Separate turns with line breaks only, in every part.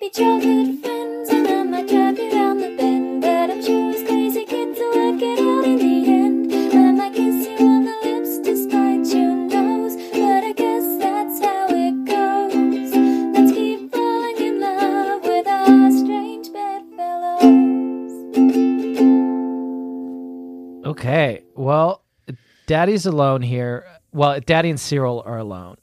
be childhood friends, and I might drive you round the bend. But I'm sure as crazy kids will work it out in the end. I might kiss you on the lips despite your nose, but I guess that's how it goes. Let's keep falling in love with our strange bedfellows.
Okay. Well, Daddy's alone here. Well, Daddy and Cyril are alone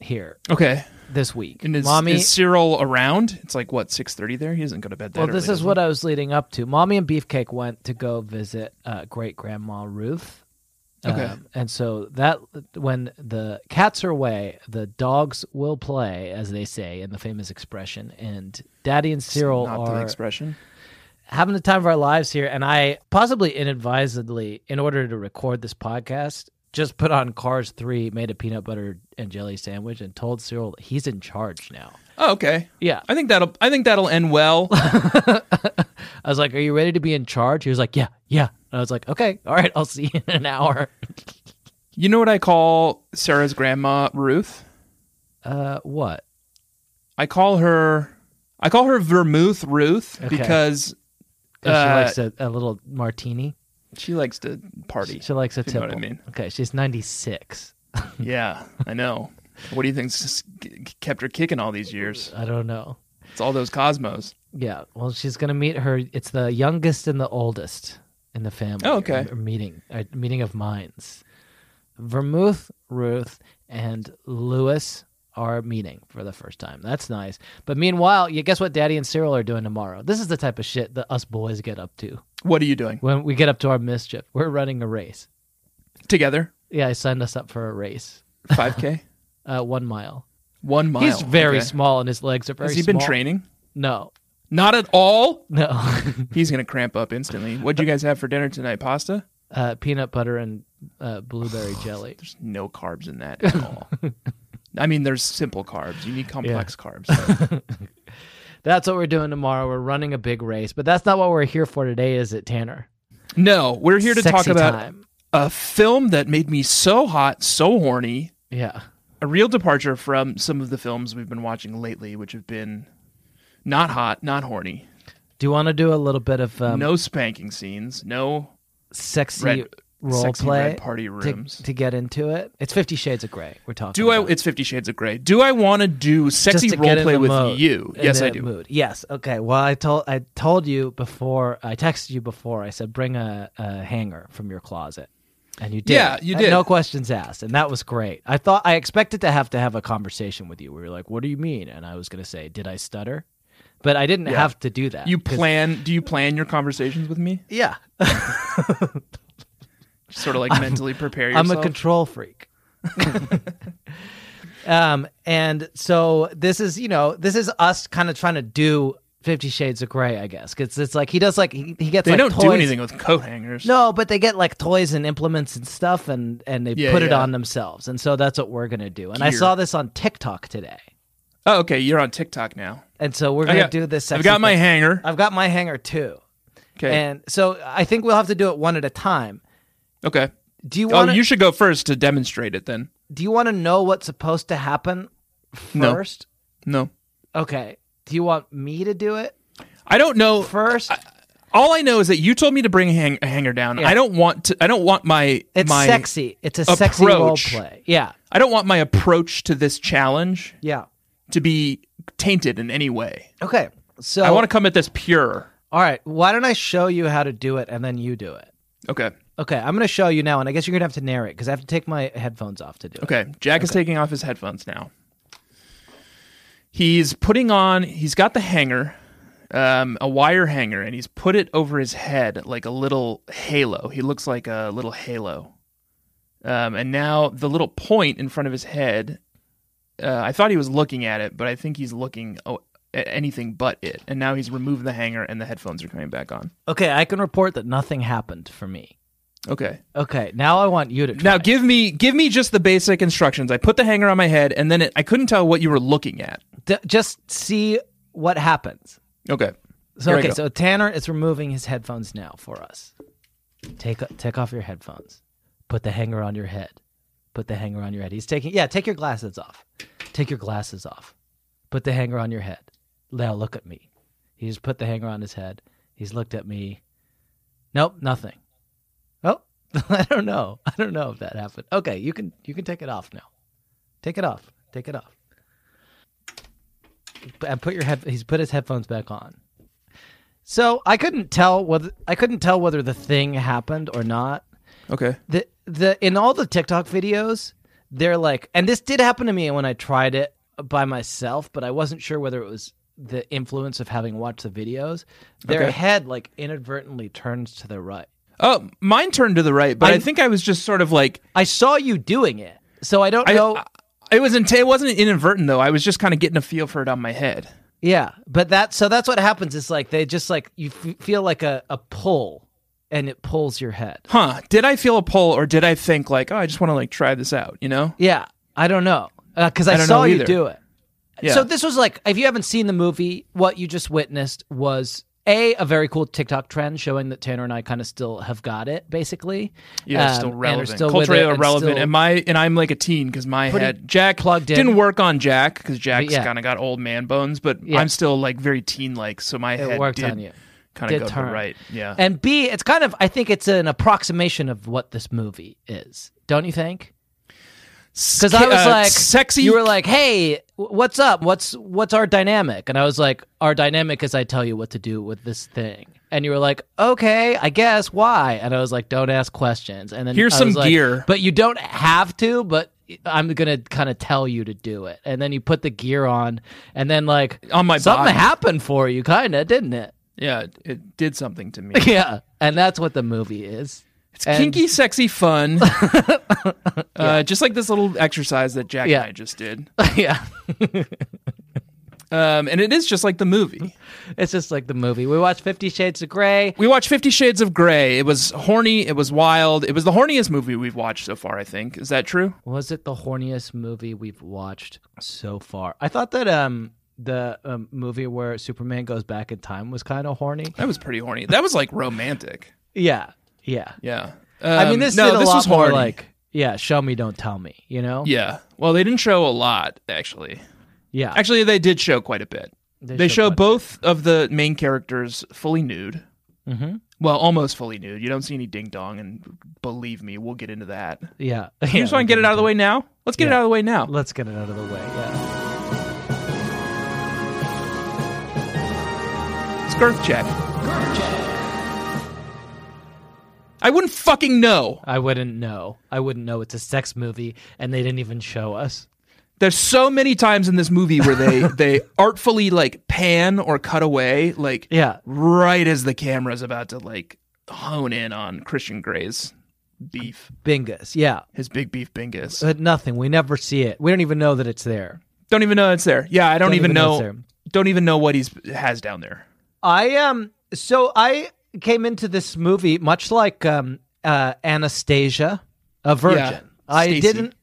here
Okay.
this week.
And is,
Mommy.
is Cyril around? It's like what six thirty there. He doesn't go to bed. That
well, this
early,
is
does
what I was leading up to. Mommy and Beefcake went to go visit uh, great grandma Ruth. Um,
Okay.
and so that when the cats are away, the dogs will play, as they say in the famous expression. And Daddy and
he?
Cyril
Not the
are
expression.
having the time of our lives here. And I possibly inadvisedly, in order to record this podcast, just put on Cars 3, made a peanut butter and jelly sandwich, and told Cyril that he's in charge now.
Oh, okay.
Yeah.
I think that'll. I think that'll end well.
I was like, Are you ready to be in charge? He was like, Yeah, yeah. And I was like, Okay, all right, I'll see you in an hour.
you know what I call Sarah's grandma Ruth?
Uh, what?
I call her. I call her Vermouth Ruth
Okay.
because
'Cause
Uh,
she likes a, a little martini.
she likes to party.
She likes a
you know
tipple.
what I mean.
Okay, she's 96.
yeah, I know. What do you think's just k- kept her kicking all these years?
I don't know.
It's all those Cosmos.
Yeah, well, she's gonna meet her. It's the youngest and the oldest in the family.
Oh, okay.
A meeting, a meeting of minds. Vermouth, Ruth, and Lewis are meeting for the first time. That's nice. But meanwhile, you guess what Daddy and Cyril are doing tomorrow? This is the type of shit that us boys get up to
What are you doing
when we get up to our mischief. We're running a race.
together?
Yeah, I signed us up for a race,
Five k,
uh, one mile.
one mile.
He's very
Okay.
small and his legs are very.
Has he been
small.
training?
No,
Not at all.
no.
He's gonna cramp up instantly. What'd you guys have for dinner tonight? Pasta?
uh, peanut butter and uh, blueberry jelly.
There's no carbs in that at all. I mean, there's simple carbs. You need complex carbs.
That's what we're doing tomorrow. We're running a big race, but that's not what we're here for today, is it, Tanner?
No, we're here to talk
Sexy
about
time.
a film that made me so hot, so horny.
Yeah.
A real departure from some of the films we've been watching lately, which have been not hot, not horny,
Do you want to do a little bit of um,
no spanking scenes, no
sexy
red-
role
sexy
play
red party
to,
rooms.
to get into it? It's Fifty Shades of Grey. We're talking.
do I?
about.
It's Fifty Shades of Grey. Do I want to do
Just
sexy
to get
role
in
play
the
with
mode,
you?
in
Yes,
the
I do.
Mood. Yes. Okay. Well, I told I told you before. I texted you before. I said bring a, a hanger from your closet. And you did.
Yeah, you
And
did.
No questions asked, and that was great. I thought I expected to have to have a conversation with you. We were like, "What do you mean?" And I was going to say, "Did I stutter?" But I didn't have to do that.
You
'cause-
plan? Do you plan your conversations with me?
Yeah,
Sort of like mentally prepare yourself.
I'm a control freak. um, and so this is, you know, this is us kind of trying to do Fifty Shades of Grey, I guess. Because it's like he does like he, he gets
they
like
don't
toys.
do anything with coat hangers.
No, but they get like toys and implements and stuff, and and they
Yeah,
put it
yeah.
on themselves, and so that's what we're gonna do. And I
Gear.
saw this on TikTok today,
Oh, okay. You're on TikTok now.
and so we're
I
gonna
got-
do this.
I've
sexy
got my
thing.
hanger.
I've got my hanger too,
Okay.
and so I think we'll have to do it one at a time.
okay.
Do you
Oh,
want?
you should go first to demonstrate it then.
do you want to know what's supposed to happen
No.
first?
No.
Okay. Do you want me to do it
I don't know.
first?
All I know is that you told me to bring a, hang- a hanger down.
Yeah.
I don't want to I don't want my
it's
my
sexy. It's a sexy role
approach.
play. Yeah.
I don't want my approach to this challenge
Yeah.
to be tainted in any way.
Okay. So
I want to come at this pure.
All right. Why don't I show you how to do it and then you do it?
Okay.
Okay, I'm going to show you now, and I guess you're going to have to narrate because I have to take my headphones off to do it.
Okay. Jack is taking off his headphones now. He's putting on he's got the hanger, um, a wire hanger, and he's put it over his head like a little halo. He looks like a little halo. Um, and now the little point in front of his head, uh, I thought he was looking at it, but I think he's looking oh, at anything but it. And now he's removed the hanger and the headphones are coming back on.
Okay, I can report that nothing happened for me.
Okay.
Okay, now I want you to try.
Now give me give me just the basic instructions. I put the hanger on my head and then it, I couldn't tell what you were looking at.
D- just see what happens.
Okay.
So
Here I
okay,
go.
so Tanner is removing his headphones now for us. Take take off your headphones. Put the hanger on your head. Put the hanger on your head. He's taking yeah, take your glasses off. Take your glasses off. Put the hanger on your head. now look at me. He just put the hanger on his head. He's looked at me. Nope, nothing. Oh, I don't know. I don't know if that happened. Okay, you can you can take it off now. Take it off. Take it off. P- And put your head. He's put his headphones back on. So I couldn't tell whether I couldn't tell whether the thing happened or not
Okay.
the the in all the TikTok videos, they're like, and this did happen to me when I tried it by myself, but I wasn't sure whether it was the influence of having watched the videos. Their
Okay.
head like inadvertently turns to the right.
Oh, mine turned to the right, but I,
I-
think I was just sort of like
I saw you doing it, so I don't
I,
know.
I- it wasn't it wasn't inadvertent though. I was just kind of getting a feel for it on my head.
yeah, but that so that's what happens. It's like they just like you f- feel like a a pull, and it pulls your head.
Huh, did I feel a pull or did I think like, "Oh, I just want to like try this out," you know?
Yeah, I don't know because
I
I,
don't
saw
know
you
either.
do it.
Yeah.
So this was like, if you haven't seen the movie, what you just witnessed was a a very cool TikTok trend showing that Tanner and I kind of still have got it, basically.
Yeah, it's
Um,
still
and are
relevant.
still with
Culturally
it and
irrelevant.
still-
And my and I'm like a teen because my
Pretty
head Jack
plugged in.
didn't work on Jack because Jack's
yeah.
kind of got old man bones, but
Yeah.
I'm still like very teen like, so my
it
head
worked
did
on you.
kind
Did
of go to the
turn.
right. Yeah,
And B, it's kind of I think it's an approximation of what this movie is, don't you think? Because I was
Uh,
like
sexy.
You were like, "Hey, w- what's up? What's what's our dynamic?" And I was like, "Our dynamic is I tell you what to do with this thing." And you were like, "Okay, I guess. Why?" And I was like, "Don't ask questions." And then
Here's
I
some
was like,
gear.
but you don't have to. But I'm gonna kind of tell you to do it. And then you put the gear on, and then like
on my
something
body.
happened for you, kind of, didn't it?
yeah, it- it did something to me.
yeah. And that's what the movie is.
It's
And-
kinky, sexy fun. uh, just like this little exercise that Jack
Yeah.
and I just did.
yeah.
Um, and it is just like the movie.
It's just like the movie. We watched Fifty Shades of Grey.
We watched Fifty Shades of Grey. It was horny. It was wild. It was the horniest movie we've watched so far, I think. Is that true?
Was it the horniest movie we've watched so far? I thought that um the um, movie where Superman goes back in time was kind of horny.
That was pretty horny. That was like romantic.
Yeah, yeah.
Yeah.
I
Um,
mean, this
no,
did a
this
lot
was
more
horny.
like yeah, show me, don't tell me. You know?
yeah. Well, they didn't show a lot actually.
yeah.
Actually, they did show quite a bit. They, show
showed
both of the main characters fully nude.
what- Mhm.
Well, almost fully nude. You don't see any ding dong, and believe me, we'll get into that.
Yeah.
You just want to get it out of the way now? Let's get it
Yeah.
out of the way now.
Let's get it out of the way. Yeah.
Scarf check. I wouldn't fucking know.
I wouldn't know. I wouldn't know it's a sex movie, and they didn't even show us.
There's so many times in this movie where they they artfully like pan or cut away like
Yeah.
right as the camera's about to like hone in on Christian Gray's beef,
Bingus. Yeah.
his big beef bingus.
But nothing. We never see it. We don't even know that it's there.
Don't even know it's there. Yeah, I don't,
Don't
even,
even know
know.
it's there.
Don't even know what he's has down there.
I um so I came into this movie much like um uh Anastasia, a virgin.
Yeah,
I
Stacey.
didn't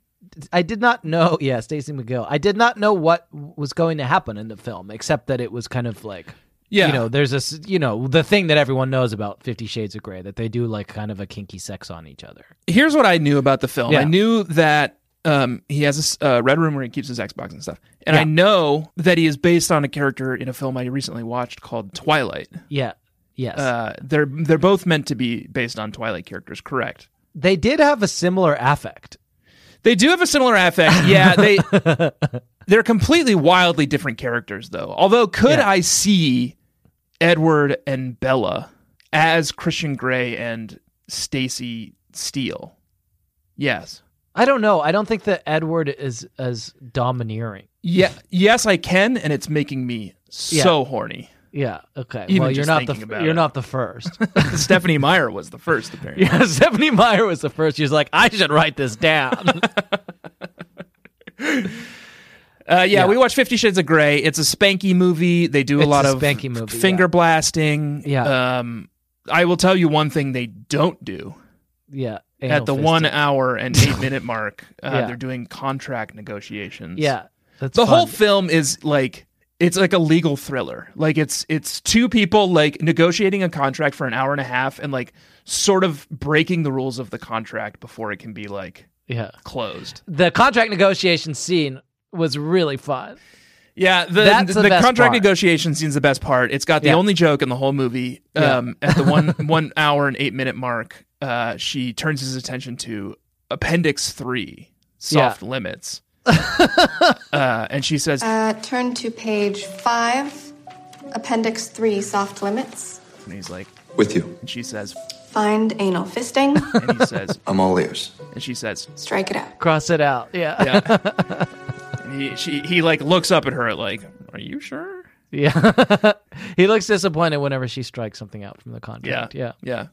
I did not know, yeah, Stacey McGill. I did not know what was going to happen in the film except that it was kind of like
Yeah.
You know, there's this, you know, the thing that everyone knows about 50 Shades of Grey that they do like kind of a kinky sex on each other.
Here's what I knew about the film.
Yeah.
I knew that um, he has a uh, red room where he keeps his Xbox and stuff, and I
Yeah.
know that he is based on a character in a film I recently watched called Twilight.
Yeah. Yes.
Uh, they're they're both meant to be based on Twilight characters, correct?
they did have a similar affect.
They do have a similar affect. Yeah, they they're completely wildly different characters though. Although could
Yeah.
I see Edward and Bella as Christian Grey and Stacy Steele? Yes.
I don't know. I don't think that Edward is as domineering.
Yeah, yes I can and it's making me so horny.
Yeah. Okay.
Even
well, you're
just
not the
thinking about
you're
it.
not the first.
Stephanie Meyer was the first apparently.
yeah, Stephanie Meyer was the first. She was like, I should write this down.
Uh, yeah, we watched Fifty Shades of Grey. It's a spanky movie. They do a
It's
lot
a
of
spanky movie,
finger
yeah.
blasting.
Yeah.
Um, I will tell you one thing they don't do
yeah.
at
anal
the
fisting.
one hour and eight minute mark. Uh,
Yeah.
They're doing contract negotiations.
Yeah. That's
the
fun.
whole film is like it's like a legal thriller. Like it's it's two people like negotiating a contract for an hour and a half and like sort of breaking the rules of the contract before it can be like
yeah.
closed.
The contract negotiation scene was really fun.
Yeah, the
That's
the,
the best
contract
part.
negotiation scene's the best part. It's got the
Yeah.
only joke in the whole movie.
Yeah.
Um, at the one one hour and eight minute mark, uh, she turns his attention to Appendix Three, soft limits, uh, and she says,
Uh, turn to page five, appendix three, soft limits.
and he's like,
With you.
and she says,
Find anal fisting.
and he says,
I'm all ears.
and she says,
Strike it out.
Cross it out. Yeah.
yeah. and he she he like looks up at her like, are you sure?
Yeah. he looks disappointed whenever she strikes something out from the
Yeah,
contract. Yeah.
yeah.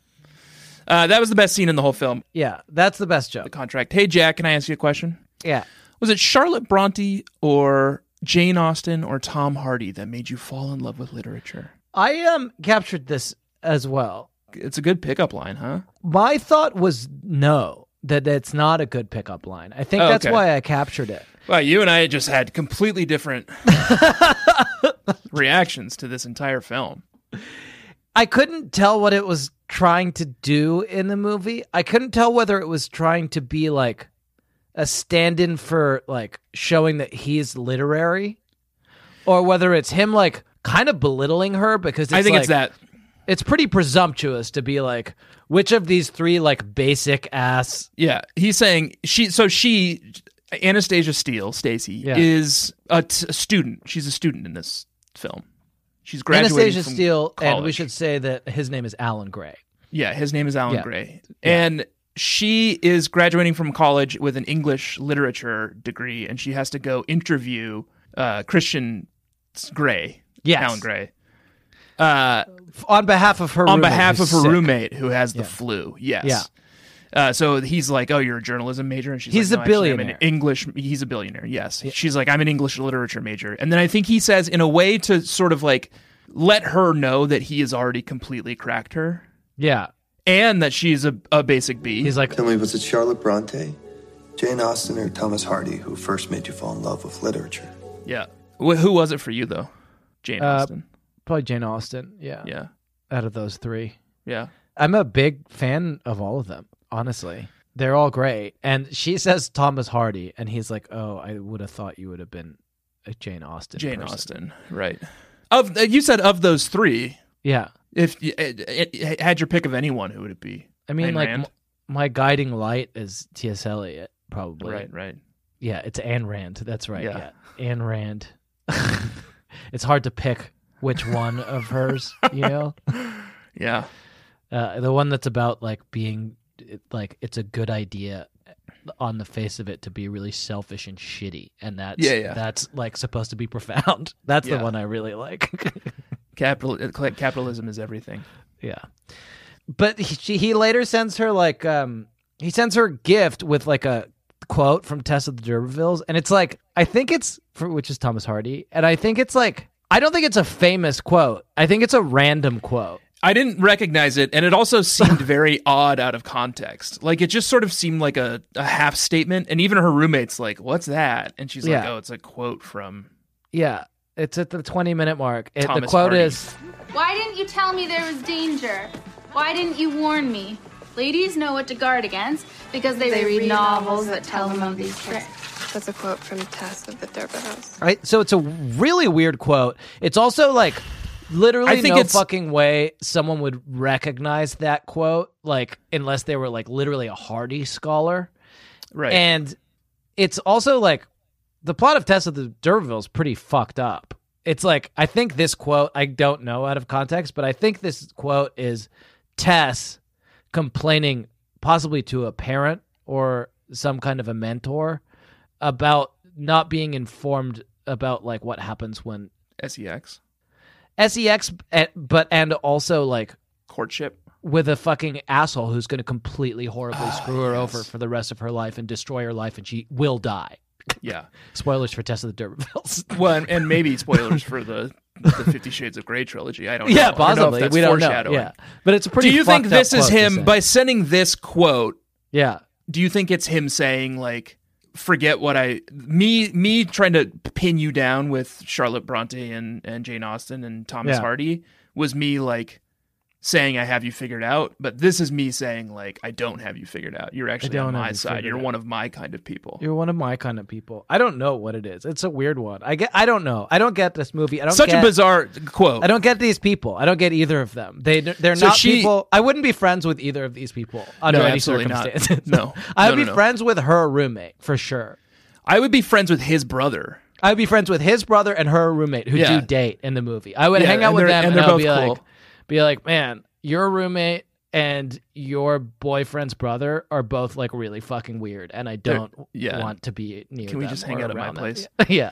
Uh, that was the best scene in the whole film.
Yeah. That's the best joke.
Contract. Hey Jack, can I ask you a question?
Yeah.
Was it Charlotte Bronte or Jane Austen or Tom Hardy that made you fall in love with literature?
I um captured this as well.
It's a good pickup line, huh?
My thought was no, that that's not a good pickup line. I think
Oh,
that's
okay.
why I captured it.
Well, you and I just had completely different reactions to this entire film.
I couldn't tell what it was trying to do in the movie. I couldn't tell whether it was trying to be like a stand in for like showing that he's literary or whether it's him like kind of belittling her because it's
I think it's
like-
that.
it's pretty presumptuous to be like which of these three like basic ass
Yeah, he's saying she. So she, Anastasia Steele, Stacy,
Yeah.
is a, t- a student. She's a student in this film. She's graduating
Anastasia
from
Steele and we
college.
should say that his name is Alan Gray.
Yeah, his name is Alan
Yeah.
Gray. And she is graduating from college with an English literature degree, and she has to go interview uh, Christian Gray,
Yes.
Alan Gray, uh,
F- On behalf of her
on
roommate
behalf of
who's
her
sick.
roommate who has the flu. Yes.
Yeah.
Uh, so he's like, "Oh, you're a journalism major," and she's
He's a
like, "No, actually, I'm
billionaire."
an English. He's a billionaire. Yes, she's like, "I'm an English literature major," and then I think he says, in a way, to sort of like let her know that he has already completely cracked her
Yeah.
and that she's a, a basic B.
He's like
Tell me, was it Charlotte Bronte, Jane Austen, or Thomas Hardy who first made you fall in love with literature?
Yeah. Wh- who was it for you though? Jane
Uh,
Austen.
probably Jane Austen. Yeah.
Yeah.
Out of those 3.
Yeah.
I'm a big fan of all of them, honestly. They're all great. And she says Thomas Hardy, and he's like, "Oh, I would have thought you would have been a Jane Austen."
Jane
person."
Austen. Right. Of uh, you said of those three,
Yeah,
if you, uh, uh, had your pick of anyone, who would it be?
I mean,
Ayn
like
Rand?
m- my guiding light is T.S. Eliot, probably.
right. Right.
Yeah, it's Anne Rand. That's right.
Yeah.
Yeah, Anne Rand. it's hard to pick which one of hers. You know,
Yeah.
uh, the one that's about like being it- like it's a good idea on the face of it to be really selfish and shitty and that's
Yeah, yeah.
that's like supposed to be profound that's
Yeah.
the one i really like
Capital uh, cl- capitalism is everything.
yeah but he, she, he later sends her like um he sends her a gift with like a quote from tess of the d'urbervilles and it's like i think it's for, which is thomas hardy and i think it's like i don't think it's a famous quote i think it's a random quote
I didn't recognize it, and it also seemed very odd out of context. Like it just sort of seemed like a, a half statement, and even her roommate's like, "What's that?" And she's like,
Yeah.
"Oh, it's a quote from."
yeah it's at the 20 minute mark It- the
Thomas
quote
Hardy.
is
Why didn't you tell me there was danger? Why didn't you warn me? Ladies know what to guard against because they, read, novels that tell them of these tricks.
That's a quote from Tess of the Durbervilles.
Right? So it's a really weird quote. It's also like literally
I think
no
it's-
fucking way someone would recognize that quote, like unless they were like literally a Hardy scholar.
Right.
And it's also like the plot of Tess of the D'Urberville is pretty fucked up. It's like I think this quote I don't know out of context, but I think this quote is Tess complaining possibly to a parent or some kind of a mentor about not being informed about like what happens when
Sex
sex eh, but and also like
courtship.
with a fucking asshole who's going to completely horribly screw her over for the rest of her life and destroy her life and she will die
Yeah.
spoilers for tess of the durbervilles
Well, and, and maybe spoilers for the, the Fifty Shades of Grey trilogy. I don't. know.
yeah
I don't know if
possibly
that's
we don't know
foreshadowing.
yeah but it's a pretty
Do you think
fucked up
this is
quote to
him
say.
by sending this quote?
yeah
Do you think it's him saying like, "Forget what I me me trying to pin you down with Charlotte Bronte and and Jane Austen and Thomas
Yeah.
Hardy was me like saying I have you figured out, but this is me saying like I don't have you figured out. You're actually
don't
on
have
my
you
side.
figured
You're
out.
one of my kind of people.
You're one of my kind of people. I don't know what it is. It's a weird one. I get. I don't know. I don't get this movie. I don't.
Such
get-
a bizarre quote.
I don't get these people. I don't get either of them. They they're
So
not
she-
people. I wouldn't be friends with either of these people under
No,
any
absolutely not.
circumstances.
No.
I would
No, no,
be
no.
friends with her roommate for sure.
I would be friends with his brother.
I would be friends with his brother and her roommate who
Yeah.
do date in the movie. I would
Yeah,
hang out
and
with
they're-
them
and
and,
they're
I would
both
be
cool.
like, be like, man, your roommate and your boyfriend's brother are both like really fucking weird, and I don't
yeah.
want to be near.
Can we
them
just hang
or
out at my
around them."
place?
yeah,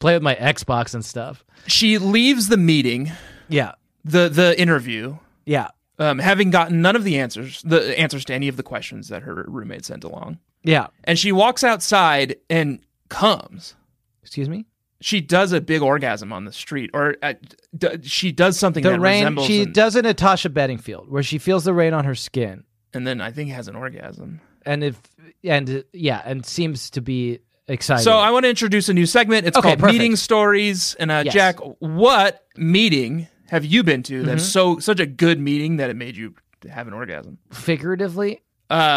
play with my Xbox and stuff.
She leaves the meeting,
Yeah,
the the interview,
yeah,
um, having gotten none of the answers, the answers to any of the questions that her roommate sent along.
yeah.
And she walks outside and comes.
Excuse me.
She does a big orgasm on the street, or uh, d- she does something
the
that
rain
resembles.
she
an-
does a natasha bedingfield where she feels the rain on her skin
and then I think has an orgasm.
and if and uh, yeah and seems to be excited
So I want to introduce a new segment. It's
Okay,
called
perfect.
Meeting Stories. And uh,
Yes.
Jack, what meeting have you been to that's
Mm-hmm.
so such a good meeting that it made you have an orgasm?
figuratively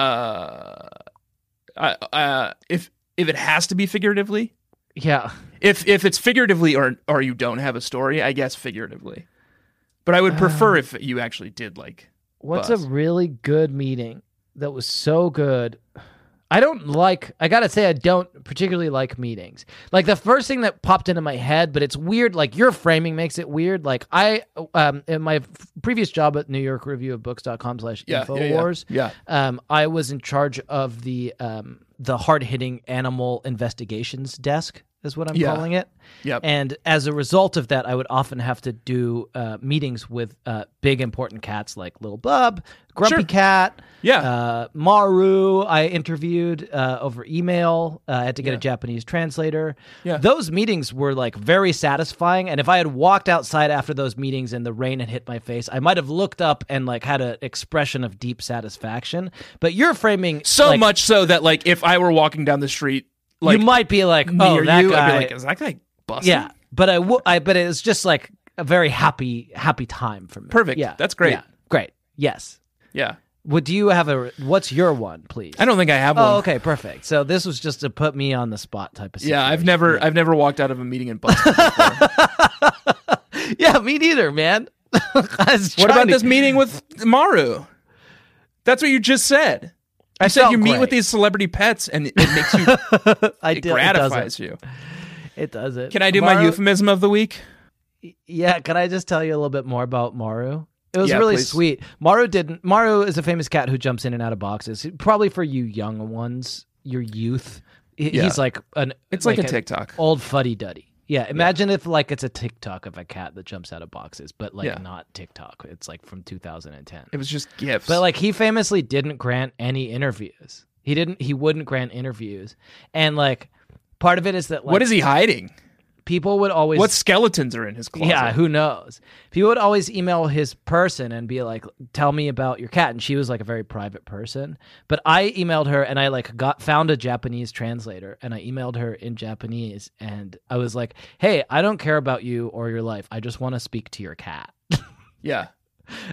Uh, uh, uh if if it has to be figuratively,
yeah
if if it's figuratively or or you don't have a story, I guess figuratively. But I would
Um,
prefer if you actually did like.
what's
Buzz.
a really good meeting that was so good i don't like i gotta say i don't particularly like meetings like the first thing that popped into my head but it's weird like your framing makes it weird like i um in my f- previous job at new york review of books.com slash
Yeah, yeah,
infowars
yeah. Yeah.
um, I was in charge of the um, the hard hitting animal investigations desk, is what I'm
Yeah.
calling it.
Yep.
And as a result of that, I would often have to do uh, meetings with uh, big important cats like Little Bub, Grumpy
Sure.
Cat,
Yeah.
uh, Maru. I interviewed uh, over email. Uh, I had to get a Japanese translator.
Yeah.
Those meetings were like very satisfying. And if I had walked outside after those meetings and the rain had hit my face, I might have looked up and like had an expression of deep satisfaction. But you're framing
So
like,
much so that like if I were walking down the street, like
you might be like,
near
oh, that
you,
guy.
I'd be like, is that guy busting?
yeah. But I, w- I, but it was just like a very happy, happy time for me.
Perfect.
Yeah.
That's great.
Yeah. Great. Yes.
yeah.
Would do you have a? What's your one, please?
I don't think I have one.
Oh, okay, perfect. So this was just to put me on the spot type of situation.
Yeah, I've never I've never walked out of a meeting and busted. before.
Yeah, me neither, man.
what about this meeting with Maru? That's what you just said. I said
felt
you meet with
great.
these celebrity pets and it makes you
I
it
did-
gratifies
It doesn't.
you.
It doesn't.
Can I do my
Maru-
euphemism of the week?
Yeah, can I just tell you a little bit more about Maru? It was
Yeah,
really
please.
sweet. Maru didn't. Maru is a famous cat who jumps in and out of boxes. Probably for you young ones, your youth. He-
Yeah.
He's like an.
It's like, a
an
TikTok.
Old fuddy duddy. Yeah, imagine if like it's a TikTok of a cat that jumps out of boxes, but like
Yeah.
not TikTok. It's like from 2010.
It was just gifts.
But like he famously didn't grant any interviews. He didn't he wouldn't grant interviews. And like part of it is that like
what is he hiding?
people would always
What skeletons are in his closet?
yeah, who knows? People would always email his person and be like, "Tell me about your cat." And she was like a very private person. But I emailed her and I like got found a Japanese translator and I emailed her in Japanese and I was like, "Hey, I don't care about you or your life. I just want to speak to your cat."
yeah.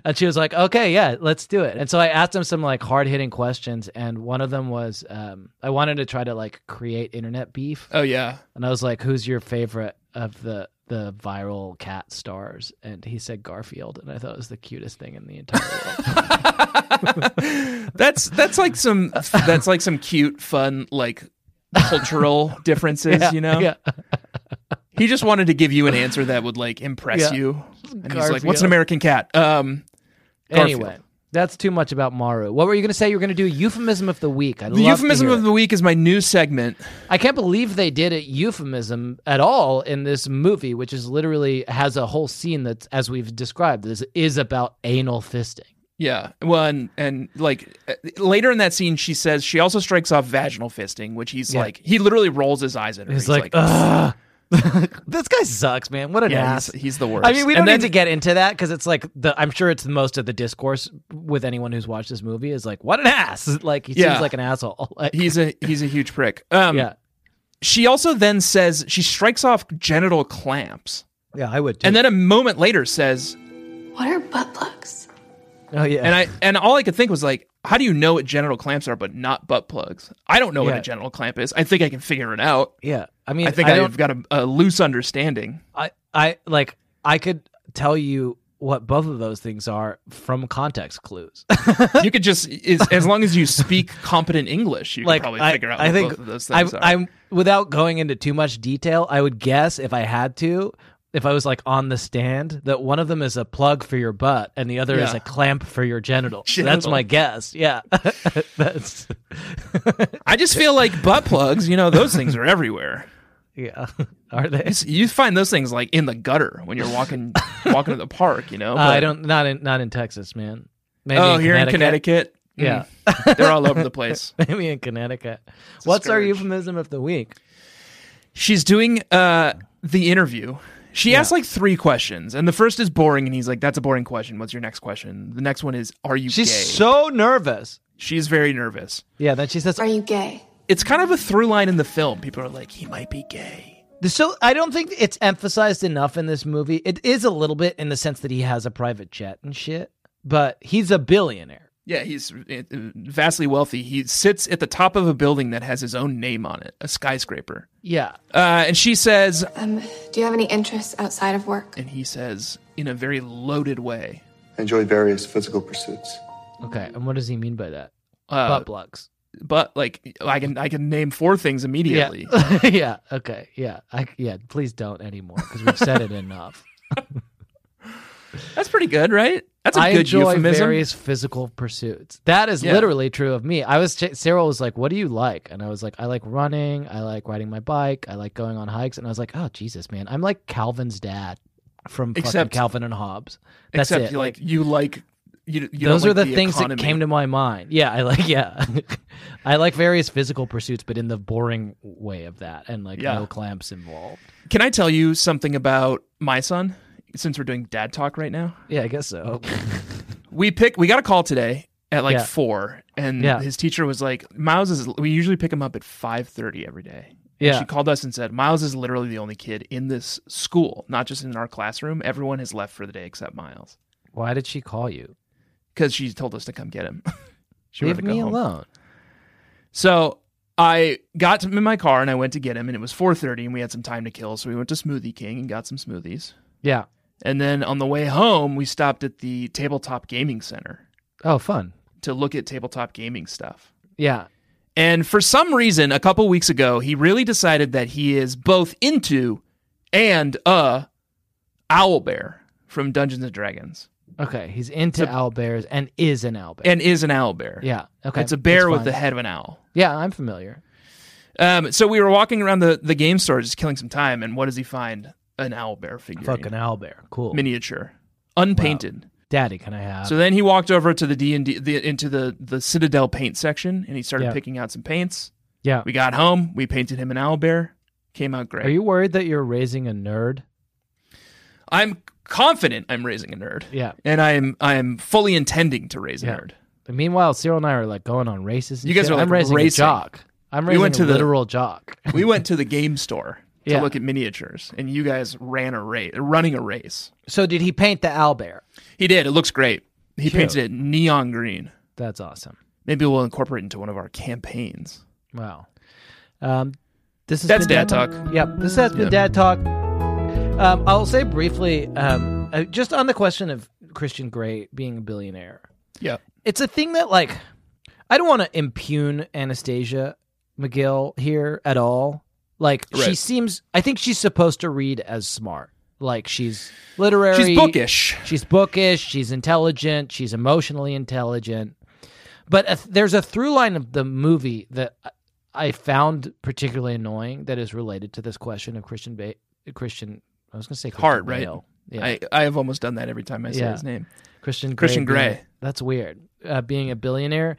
And she was like, "Okay, yeah, let's do it." And so I asked him some like hard hitting questions, and one of them was, um, "I wanted to try to like create internet beef,"
Oh yeah.
and I was like, "Who's your favorite of the the viral cat stars?" And he said Garfield, and I thought it was the cutest thing in the entire world.
That's that's like some that's like some cute fun like cultural differences, you know?
yeah,
He just wanted to give you an answer that would like impress
Yeah.
you. And he's like, "What's
Garfield.
an American cat?" Um, Garfield.
anyway, that's too much about Maru. What were you going to say? You were going to do a euphemism of the week. I
the euphemism of the week is my new segment.
I can't believe they did a euphemism at all in this movie, which is literally has a whole scene that's as we've described is is about anal fisting.
Yeah. Well, and and like uh, later in that scene, she says she also strikes off vaginal fisting, which he's
Yeah.
like, he literally rolls his eyes at her.
He's like, ugh. this guy sucks, man. What an
yeah,
ass.
he's, he's the worst.
I mean, we don't
And then-
need to get into that because it's like the. I'm sure it's most of the discourse with anyone who's watched this movie is like, "What an ass!" Like he
Yeah.
seems like an asshole. Like,
He's a he's a huge prick. Um,
yeah,
She also then says she strikes off genital clamps,
yeah, I would. Too.
and then a moment later says,
What are butt plugs?
Oh yeah.
And I and all I could think was like, how do you know what genital clamps are but not butt plugs? I don't know what
Yeah.
a genital clamp is. I think I can figure it out.
yeah. I mean,
I think
I
I
don't,
have got a, a loose understanding.
I I like I could tell you what both of those things are from context clues.
you could just is, as long as you speak competent English, you
like
can probably
I,
figure out
I
what
think
both of those things
I,
are.
I'm without going into too much detail. I would guess if I had to, if I was like on the stand, that one of them is a plug for your butt and the other is
Yeah.
a clamp for your genitals. That's
Genital.
my guess. Yeah, that's
I just feel like butt plugs, you know, those things are everywhere.
yeah. Are they?
You, s- you find those things like in the gutter when you're walking walking to the park, you know.
Uh, I
but-
don't not in not in Texas, man. Maybe
Oh, here in Connecticut,
Yeah.
Mm. they're all over the place.
Maybe in Connecticut. What's our
scourge.
euphemism of the week?
She's doing uh, the interview. She asked like three questions, and the first is boring, and he's like, "That's a boring question. What's your next question?" The next one is, "Are you
She's
gay?"
so nervous.
She's very nervous.
Yeah, then she says
Are you gay?
It's kind of a through line in the film. People are like, "He might be gay."
So I don't think it's emphasized enough in this movie. It is a little bit in the sense that he has a private jet and shit, but he's a billionaire.
Yeah, he's uh, vastly wealthy. He sits at the top of a building that has his own name on it, a skyscraper.
Yeah.
Uh, and she says,
Um, do you have any interests outside of work?
and he says in a very loaded way,
I enjoy various physical pursuits.
Okay. And what does he mean by that?
uh,
Butt plugs.
but like I can I can name four things immediately.
Yeah. yeah. Okay. Yeah. I, yeah. Please don't anymore because we've said it enough.
That's pretty good, right? That's a
I
good
enjoy
euphemism.
various physical pursuits. That is
Yeah.
literally true of me. I was ch- Sarah was like, "What do you like?" And I was like, "I like running. I like riding my bike. I like going on hikes." And I was like, "Oh Jesus, man, I'm like Calvin's dad from fucking
Except-
Calvin and Hobbs." That's
Except
it.
you like you like you, you
those
don't
are the,
like
things
economy.
that came to my mind. Yeah, I like yeah, I like various physical pursuits, but in the boring way of that, and like
Yeah.
no clamps involved.
Can I tell you something about my son? Since we're doing dad talk right now,
Yeah, I guess so.
we pick we got a call today at like
Yeah.
four and
Yeah.
his teacher was like miles is we usually pick him up at 5.30 every day And
Yeah.
she called us and said miles is literally the only kid in this school not just in our classroom everyone has left for the day except miles
Why did she call you?
because she told us to come get him she wanted
Leave
to go
me
home.
alone.
so i got him in my car and i went to get him and it was 4.30 and we had some time to kill so we went to smoothie king and got some smoothies
Yeah.
and then on the way home we stopped at the tabletop gaming center
Oh, fun.
to look at tabletop gaming stuff
Yeah.
And for some reason, a couple weeks ago, he really decided that he is both into and a owlbear from Dungeons and Dragons
Okay, he's into owl bears and is an owl bear.
and is an owlbear.
yeah. Okay.
It's a bear with
fine.
the head of an owl.
Yeah, I'm familiar.
Um, so we were walking around the, the game store just killing some time, and what does he find? An owlbear figurine.
Fucking owl bear. Cool.
Miniature. Unpainted.
Daddy, can I have?
So then he walked over to the D and D the, into the, the Citadel paint section, and he started
Yeah.
picking out some paints.
yeah.
We got home. We painted him an owlbear. Came out great.
Are you worried that you're raising a nerd?
I'm confident I'm raising a nerd.
Yeah.
And I'm I'm fully intending to raise a
Yeah.
nerd.
But meanwhile, Cyril and I are like going on races. and
You guys
shit.
are, like,
I'm raising
racing.
a jock. I'm
We
raising
went
a
to the-
literal jock.
We went to the game store to
Yeah.
look at miniatures and you guys ran a race running a race.
So did he paint the owl bear?
He did. It looks great. He
Cute.
painted it neon green.
That's awesome.
Maybe we'll incorporate it into one of our campaigns.
Wow. Um, this is
That's Dad Talk.
Yep. This has been
Yeah.
Dad Talk. Um, I'll say briefly, um, uh, just on the question of Christian Grey being a billionaire.
Yeah.
it's a thing that like I don't want to impugn Anastasia McGill here at all. Like she
Right.
seems I think she's supposed to read as smart. Like she's literary
She's bookish.
She's bookish, she's intelligent, she's emotionally intelligent. But a, there's a through line of the movie that I- I found particularly annoying that is related to this question of Christian ba- Christian I was going to say Christian
Hart, right?
Bale. Yeah.
I, I have almost done that every time I say
Yeah.
his name.
Christian Grey
Christian
being-
Grey.
that's weird. Uh, being a billionaire,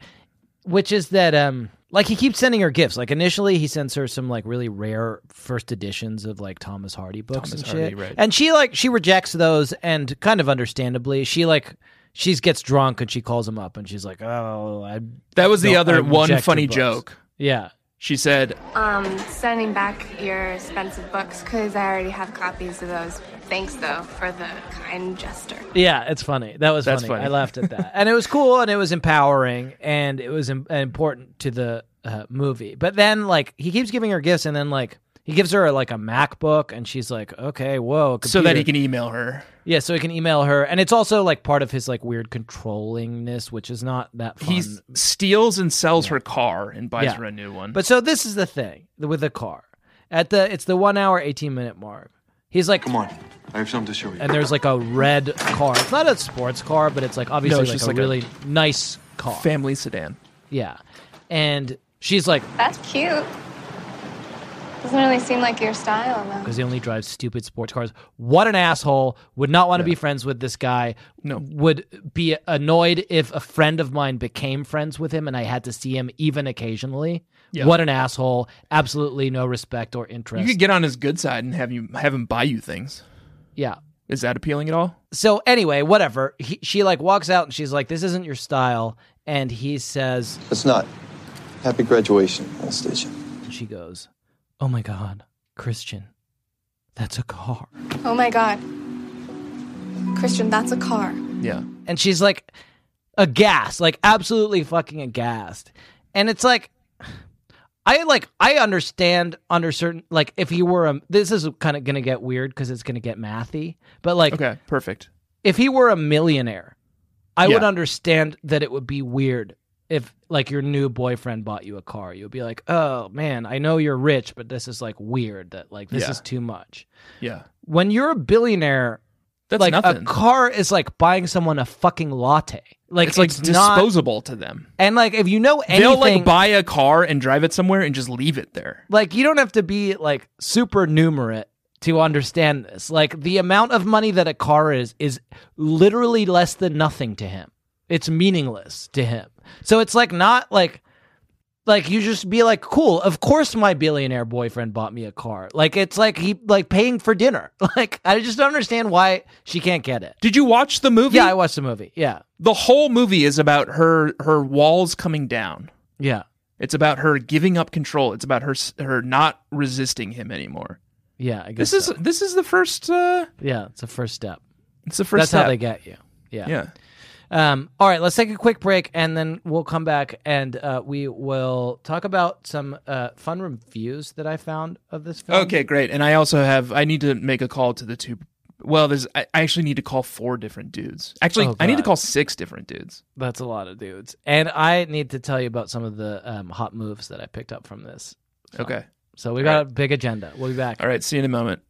which is that um like he keeps sending her gifts. Like initially he sends her some like really rare first editions of like Thomas Hardy books
Thomas
and
Hardy,
shit.
right.
And she like she rejects those and kind of understandably she like she gets drunk and she calls him up and she's like, "Oh, I
That was the
No, I
other one
reject your
funny
books.
joke
yeah."
She said,
Um, sending back your expensive books because I already have copies of those. Thanks, though, for the kind gesture.
Yeah, it's funny. That was
That's
funny.
funny.
I laughed at that, and it was cool, and it was empowering, and it was im- important to the uh, movie. But then, like, he keeps giving her gifts, and then like he gives her like a MacBook, and she's like, "Okay, whoa." a
so that
computer.
he can email her.
yeah, so he can email her, and it's also like part of his like weird controllingness, which is not that fun.
He steals and sells her car and buys
Yeah.
her a new one.
But so this is the thing with the car. At the it's the one hour eighteen minute mark. He's like,
Come on, I have something to show you.
and there's like a red car. It's not a sports car, but it's like obviously
it's
like
just
a
like a
really nice car.
family sedan.
yeah, and she's like,
That's cute. Doesn't really seem like your style, though.
because he only drives stupid sports cars. What an asshole! Would not want to be friends with this guy.
No.
would be annoyed if a friend of mine became friends with him and I had to see him even occasionally.
Yeah.
What an asshole! Absolutely no respect or interest.
You could get on his good side and have you have him buy you things.
yeah,
Is that appealing at all?
so anyway, whatever. He, she like walks out and she's like, "This isn't your style." And he says,
It's not. Happy graduation, Anastasia.
and she goes, "Oh my god, Christian, that's a car."
Oh my god. Christian, that's a car.
Yeah.
And she's like, aghast, like absolutely fucking aghast. And it's like, I like I understand under certain like if he were a this is kind of gonna get weird because it's gonna get mathy, but like
Okay. Perfect.
if he were a millionaire, I would
Yeah.
understand that it would be weird if like your new boyfriend bought you a car. You'd be like, "Oh man, I know you're rich, but this is like weird that like this
Yeah.
is too much."
Yeah.
When you're a billionaire,
That's
like
nothing.
a car is like buying someone a fucking latte. Like
it's like
not-
disposable to them.
and like if you know
They'll like
anything
buy a car and drive it somewhere and just leave it there.
like you don't have to be like super numerate to understand this like the amount of money that a car is is literally less than nothing to him it's meaningless to him so it's like not like like you just be like cool of course my billionaire boyfriend bought me a car like it's like he like paying for dinner like i just don't understand why she can't get it
Did you watch the movie?
yeah i watched the movie yeah
the whole movie is about her her walls coming down.
yeah
It's about her giving up control. It's about her s- her not resisting him anymore.
yeah i guess
This is
so.
this is the first uh
yeah it's a first step
it's the first
that's
step.
how they get you yeah
Yeah.
Um, all right, let's take a quick break and then we'll come back and uh, we will talk about some uh, fun reviews that I found of this film.
Okay, great. And I also have I need to make a call to the two well, there's I I actually need to call four different dudes. Actually,
Oh,
I need to
God.
call six different dudes.
That's a lot of dudes. And I need to tell you about some of the um, hot moves that I picked up from this.
Okay.
So we got a big agenda. We'll be back.
All right, see you in a moment.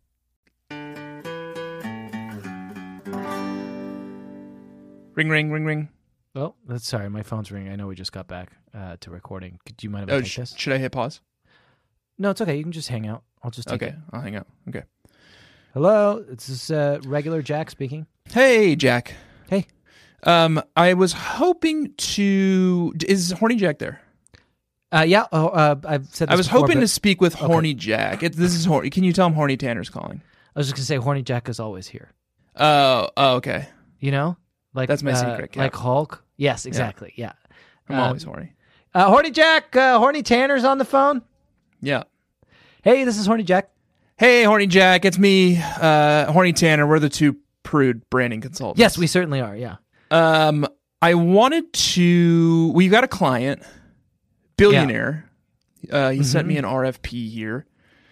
Ring ring ring ring.
Oh, that's sorry. My phone's ringing. I know we just got back uh, to recording. Could you mind if I
Oh,
take
sh-
this?
should I hit pause?
No, it's okay. You can just hang out. I'll just take
Okay,
it.
I'll hang out. Okay.
Hello, this is uh, regular Jack speaking.
Hey, Jack.
Hey.
Um, I was hoping to. d- Is Horny Jack there?
Uh, yeah, oh, uh, I've said. This
I was
before,
hoping
but
to speak with Horny Jack. It, this is Horny. Can you tell him Horny Tanner's calling?
I was just gonna say, horny Jack is always here.
Oh, oh, okay.
You know, like
That's my
uh,
secret, yeah.
Like Hulk. Yes, exactly. Yeah.
I'm
Um,
always horny.
Uh, Horny Jack, uh, Horny Tanner's on the phone.
Yeah.
Hey, this is Horny Jack.
Hey, Horny Jack, it's me, uh, Horny Tanner. We're the two prude branding consultants.
Yes, we certainly are. Yeah.
Um, I wanted to. We've got a client, billionaire. Uh, he
Mm-hmm.
sent me an RFP here.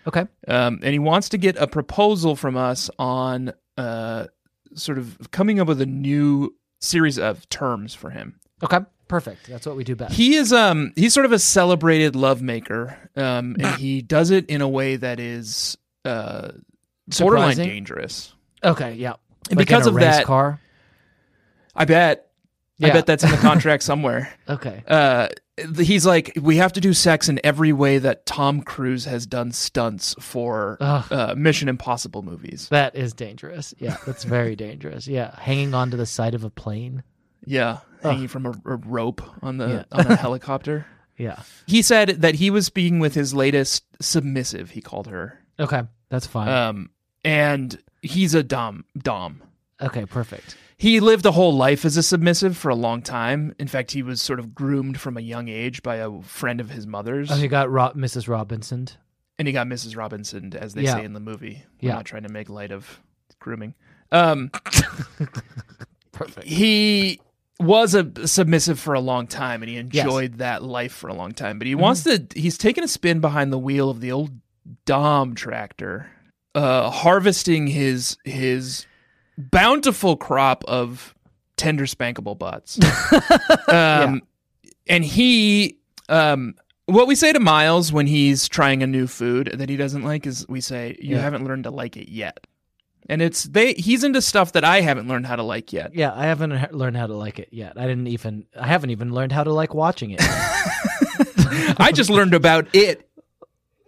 Okay.
um, and he wants to get a proposal from us on uh, sort of coming up with a new series of terms for him.
Okay. Perfect. That's what we do best.
He is um he's sort of a celebrated lovemaker, um, and he does it in a way that is uh, borderline
Surprising.
dangerous.
Okay. Yeah. Like
And
in
because
a
of
race
that,
car.
I bet I
Yeah.
bet that's in the contract somewhere.
Okay.
Uh, th- he's like, we have to do sex in every way that Tom Cruise has done stunts for
Ugh.
uh, Mission Impossible movies.
That is dangerous. Yeah. That's very dangerous. Yeah. Hanging onto the side of a plane.
Yeah, hanging from a, a rope on the
Yeah.
on a helicopter.
Yeah.
He said that he was speaking with his latest submissive. He called her,
Uh, Okay. That's fine.
um, and he's a dom dom.
Okay, perfect.
He lived a whole life as a submissive for a long time. In fact, he was sort of groomed from a young age by a friend of his mother's.
Oh, you got Ro- Mrs. Robinson.
and he got Mrs. Robinson, as they
Yeah.
say in the movie. We're
Yeah.
not trying to make light of grooming. Um,
Perfect.
he was a submissive for a long time, and he enjoyed that life for a long time. But he wants to. He's taken a spin behind the wheel of the old Dom tractor, uh, harvesting his his bountiful crop of tender spankable butts. um, And he, um, what we say to Miles when he's trying a new food that he doesn't like is we say, "You
Yeah.
haven't learned to like it yet." And it's they he's into stuff that I haven't learned how to like yet.
Yeah, I haven't he- learned how to like it yet. I didn't even. I haven't even learned how to like watching it.
I just learned about it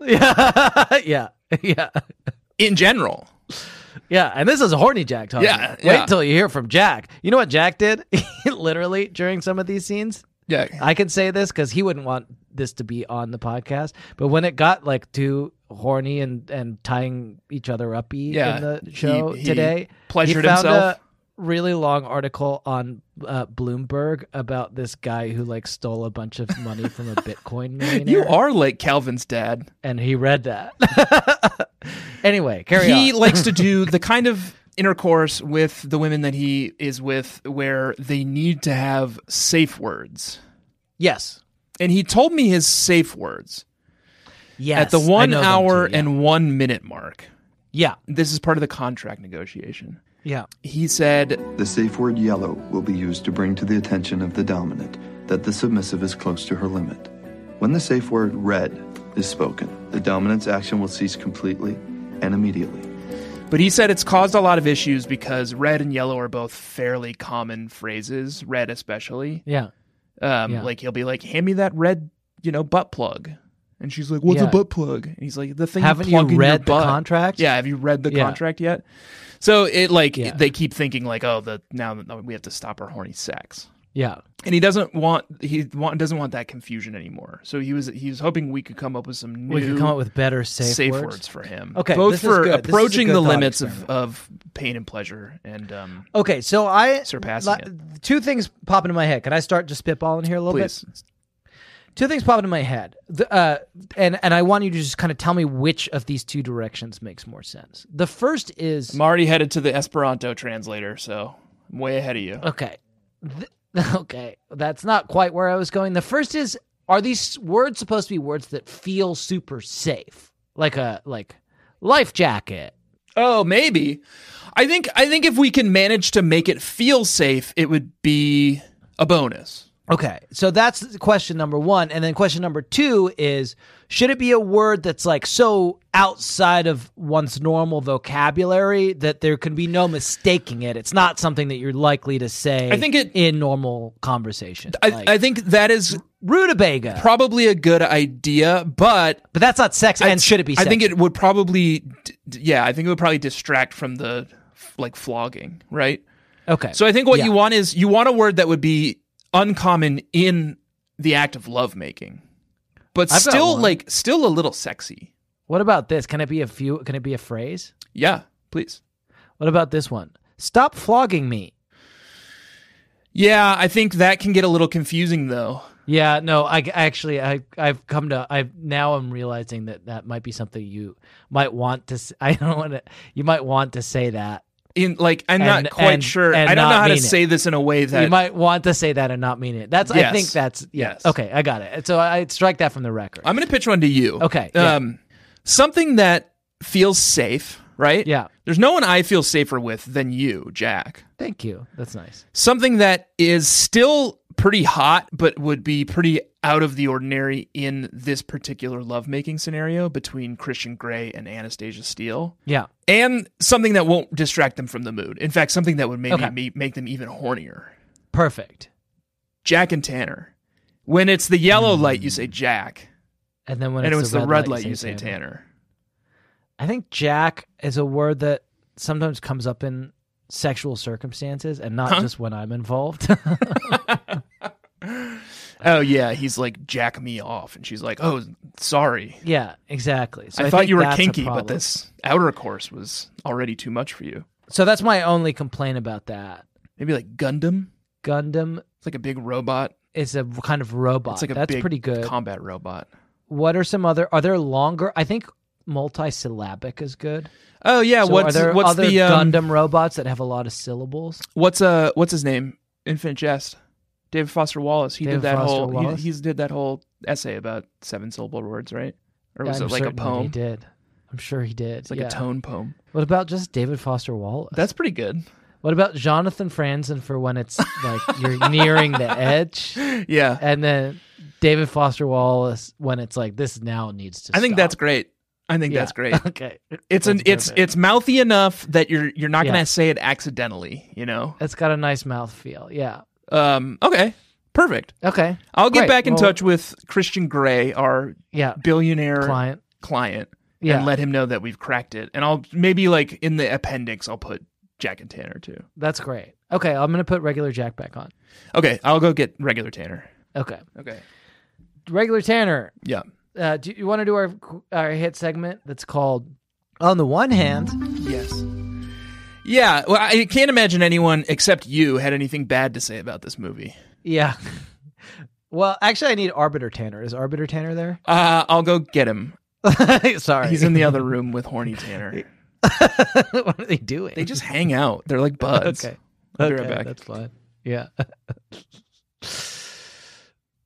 yeah, yeah, yeah,
in general.
yeah. And this is a horny Jack talking.
Yeah,
Wait
yeah.
till you hear from Jack. You know what Jack did? Literally during some of these scenes.
Yeah.
I can say this because he wouldn't want this to be on the podcast. But when it got like too horny and and tying each other up
Yeah,
in the
he-
show
he
today,
pleasured
he found
himself.
A, Really long article on uh, Bloomberg about this guy who like stole a bunch of money from a Bitcoin millionaire.
You are like Calvin's dad.
and he read that. anyway, carry
He
on.
likes to do the kind of intercourse with the women that he is with where they need to have safe words.
yes,
And he told me his safe words
yes.
at the
I
one
know them
hour
too, yeah.
and one minute mark.
yeah,
This is part of the contract negotiation.
yeah.
He said,
The safe word yellow will be used to bring to the attention of the dominant that the submissive is close to her limit. When the safe word red is spoken, the dominant's action will cease completely and immediately.
But he said it's caused a lot of issues because red and yellow are both fairly common phrases, red especially.
Yeah.
Um,
Yeah.
Like he'll be like, hand me that red, you know, butt plug. And she's like, what's
Yeah.
a butt plug? And he's like, the thing
Haven't
you
you
plug in your
read the
butt."
contract?
Yeah, have you read the
Yeah.
contract yet? So it like,
Yeah.
they keep thinking like, oh, the now that- we have to stop our horny sex.
Yeah.
And he doesn't want he want, doesn't want that confusion anymore. So he was he was hoping we could come up with some new
We could come up with better safe,
safe, words. for him.
Okay,
both
this is
for
good. This is a
approaching
good
the
thought
limits of,
experiment.
of pain and pleasure, and um,
Okay, so I
Surpassing it.
Two things pop into my head. Can I start just spitballing here a little
please,
bit? Two things pop into my head, the, uh, and and I want you to just kind of tell me which of these two directions makes more sense. The first is
I'm already headed to the Esperanto translator, so I'm way ahead of you.
okay, Th- okay, that's not quite where I was going. The first is: are these words supposed to be words that feel super safe, like a like life jacket?
Oh, maybe. I think I think if we can manage to make it feel safe, it would be a bonus.
Okay, so that's question number one, and then question number two is: should it be a word that's like so outside of one's normal vocabulary that there can be no mistaking it? It's not something that you're likely to say.
I think it-
in normal conversation.
I,
like,
I think that is
rutabaga,
probably a good idea, but
but that's not sex.
I-
and should it be?
I think
sexy?
it would probably, d- d- yeah, I think it would probably distract from the f- like flogging, right?
Okay,
So I think what
Yeah.
you want is you want a word that would be uncommon in the act of lovemaking, but
I've got
still
one.
like still a little sexy.
what about this? Can it be a few? Can it be a phrase?
Yeah, please.
What about this one? Stop flogging me.
Yeah, I think that can get a little confusing though.
Yeah, no, I I actually I I've come to I now I'm realizing that that might be something you might want to s- I don't want to you might want to say that.
In like, I'm
And-
not quite
and-
sure.
and
I don't
not
know how to
mean it.
say this in a way that
you might want to say that and not mean it. That's I
Yes.
think that's yeah.
Yes.
Okay, I got it. So I strike that from the record.
I'm going to pitch one to you.
Okay, yeah.
Um, something that feels safe, right?
Yeah.
There's no one I feel safer with than you, Jack.
Thank you. That's nice.
something that is still pretty hot but would be pretty out of the ordinary in this particular lovemaking scenario between Christian Grey and Anastasia Steele
Yeah.
and something that won't distract them from the mood. In fact, something that would maybe
Okay.
ma- make them even hornier.
Perfect.
Jack and Tanner. When it's the yellow light you say Jack
And then Hmm. when
and
it's
when it's the red light,
you
you say Tanner.
I think jack is a word that sometimes comes up in sexual circumstances and not just when I'm involved.
Oh yeah, he's like jack me off and she's like, "Oh, sorry.
yeah, exactly. So
I,
I,
thought
think
you were
that's a
kinky, but
problem.
this outer course was already too much for you."
So that's my only complaint about that.
Maybe like Gundam.
Gundam
It's like a big robot.
is a kind of robot.
It's like a
that's
big
pretty good.
combat robot.
what are some other? Are there longer? I think multisyllabic is good.
Oh yeah,
So are
what's
there
what's
other
the um,
Gundam robots that have a lot of syllables?
what's uh what's his name? Infinite Jest. David Foster Wallace. He
David
did that
Foster
whole
Wallace?
he, he's did that whole essay about seven syllable words, right? Or was
I'm
it like a
certain that He
poem?
did. I'm sure he did.
It's like
yeah.
a tone poem.
What about just David Foster Wallace?
That's pretty good.
what about Jonathan Franzen for when it's like you're nearing the edge,
Yeah.
and then David Foster Wallace when it's like this now needs to.
I think
stop.
that's great. I think that's
Yeah.
great.
okay.
It's an
That's
it's
perfect.
it's mouthy enough that you're you're not
Yeah.
gonna say it accidentally, you know?
It's got a nice mouth feel. Yeah.
Um okay. Perfect.
Okay.
I'll get
Great.
back in
Well,
touch with Christian Gray, our
Yeah.
billionaire
Client.
client
Yeah.
and let him know that we've cracked it. And I'll maybe like in the appendix, I'll put Jack and Tanner too.
That's great. Okay, I'm gonna put regular Jack back on.
Okay, I'll go get regular Tanner.
Okay,
Okay.
regular Tanner.
Yeah.
Uh, do you want to do our our hit segment that's called? On the one hand,
Yes. Yeah. Well, I can't imagine anyone except you had anything bad to say about this movie.
yeah. Well, actually, I need Arbiter Tanner. Is Arbiter Tanner there?
Uh, I'll go get him.
Sorry,
He's in the other room with Horny Tanner.
what are they doing?
They just hang out. They're like buds.
okay.
I'll be
okay,
right back.
That's fine. Yeah.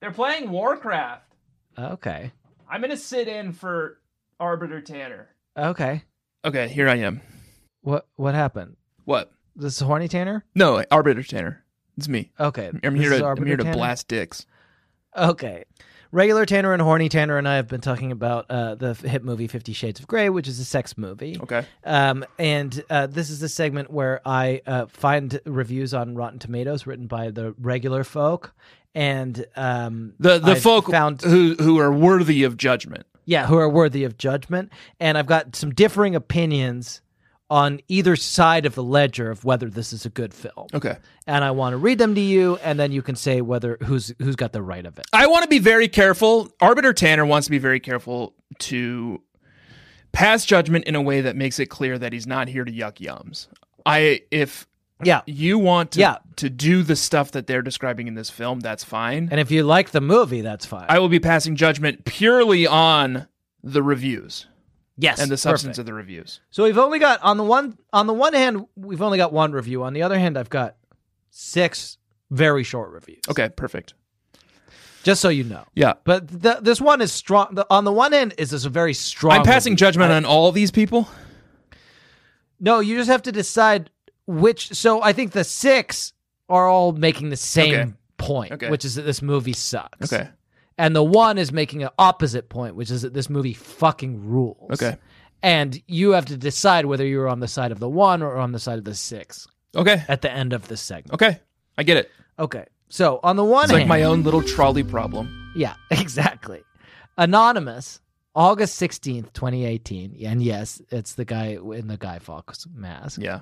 They're playing Warcraft.
okay.
I'm gonna sit in for Arbiter Tanner.
Okay.
Okay, here I am.
What What happened?
What?
This is horny Tanner.
No, Arbiter Tanner. It's me.
Okay.
I'm
this
here
is
to I'm
Arbiter
here to
Tanner?
blast dicks.
Okay. Regular Tanner and Horny Tanner and I have been talking about uh, the f- hit movie Fifty Shades of Grey, which is a sex movie.
Okay.
Um, and uh, this is the segment where I uh, find reviews on Rotten Tomatoes written by the regular folk. And um,
The the
I've
folk
found
who who are worthy of judgment.
yeah, who are worthy of judgment. And I've got some differing opinions on either side of the ledger of whether this is a good film.
Okay.
And I want to read them to you, and then you can say whether who's who's got the right of it.
I want to be very careful. Arbiter Tanner wants to be very careful to pass judgment in a way that makes it clear that he's not here to yuck yums. I if
Yeah.
you want to
Yeah.
to do the stuff that they're describing in this film, that's fine.
And if you like the movie, that's fine.
I will be passing judgment purely on the reviews
yes.
and the substance
perfect.
of the reviews.
So we've only got on the one on the one hand we've only got one review. On the other hand, I've got six very short reviews.
Okay, perfect.
just so you know.
Yeah.
But th this one is strong. The, on the one hand, is this a very strong?
I'm passing
review.
judgment on all these people.
No, you just have to decide which. So I think the six are all making the same
Okay.
point,
Okay.
which is that this movie sucks.
Okay.
and the one is making an opposite point, which is that this movie fucking rules.
Okay.
and you have to decide whether you're on the side of the one or on the side of the six
Okay.
at the end of this segment.
Okay. I get it.
Okay. So on the one
It's like
hand,
my own little trolley problem.
yeah, exactly. Anonymous, August sixteenth, twenty eighteen, and yes, it's the guy in the Guy Fawkes mask.
Yeah.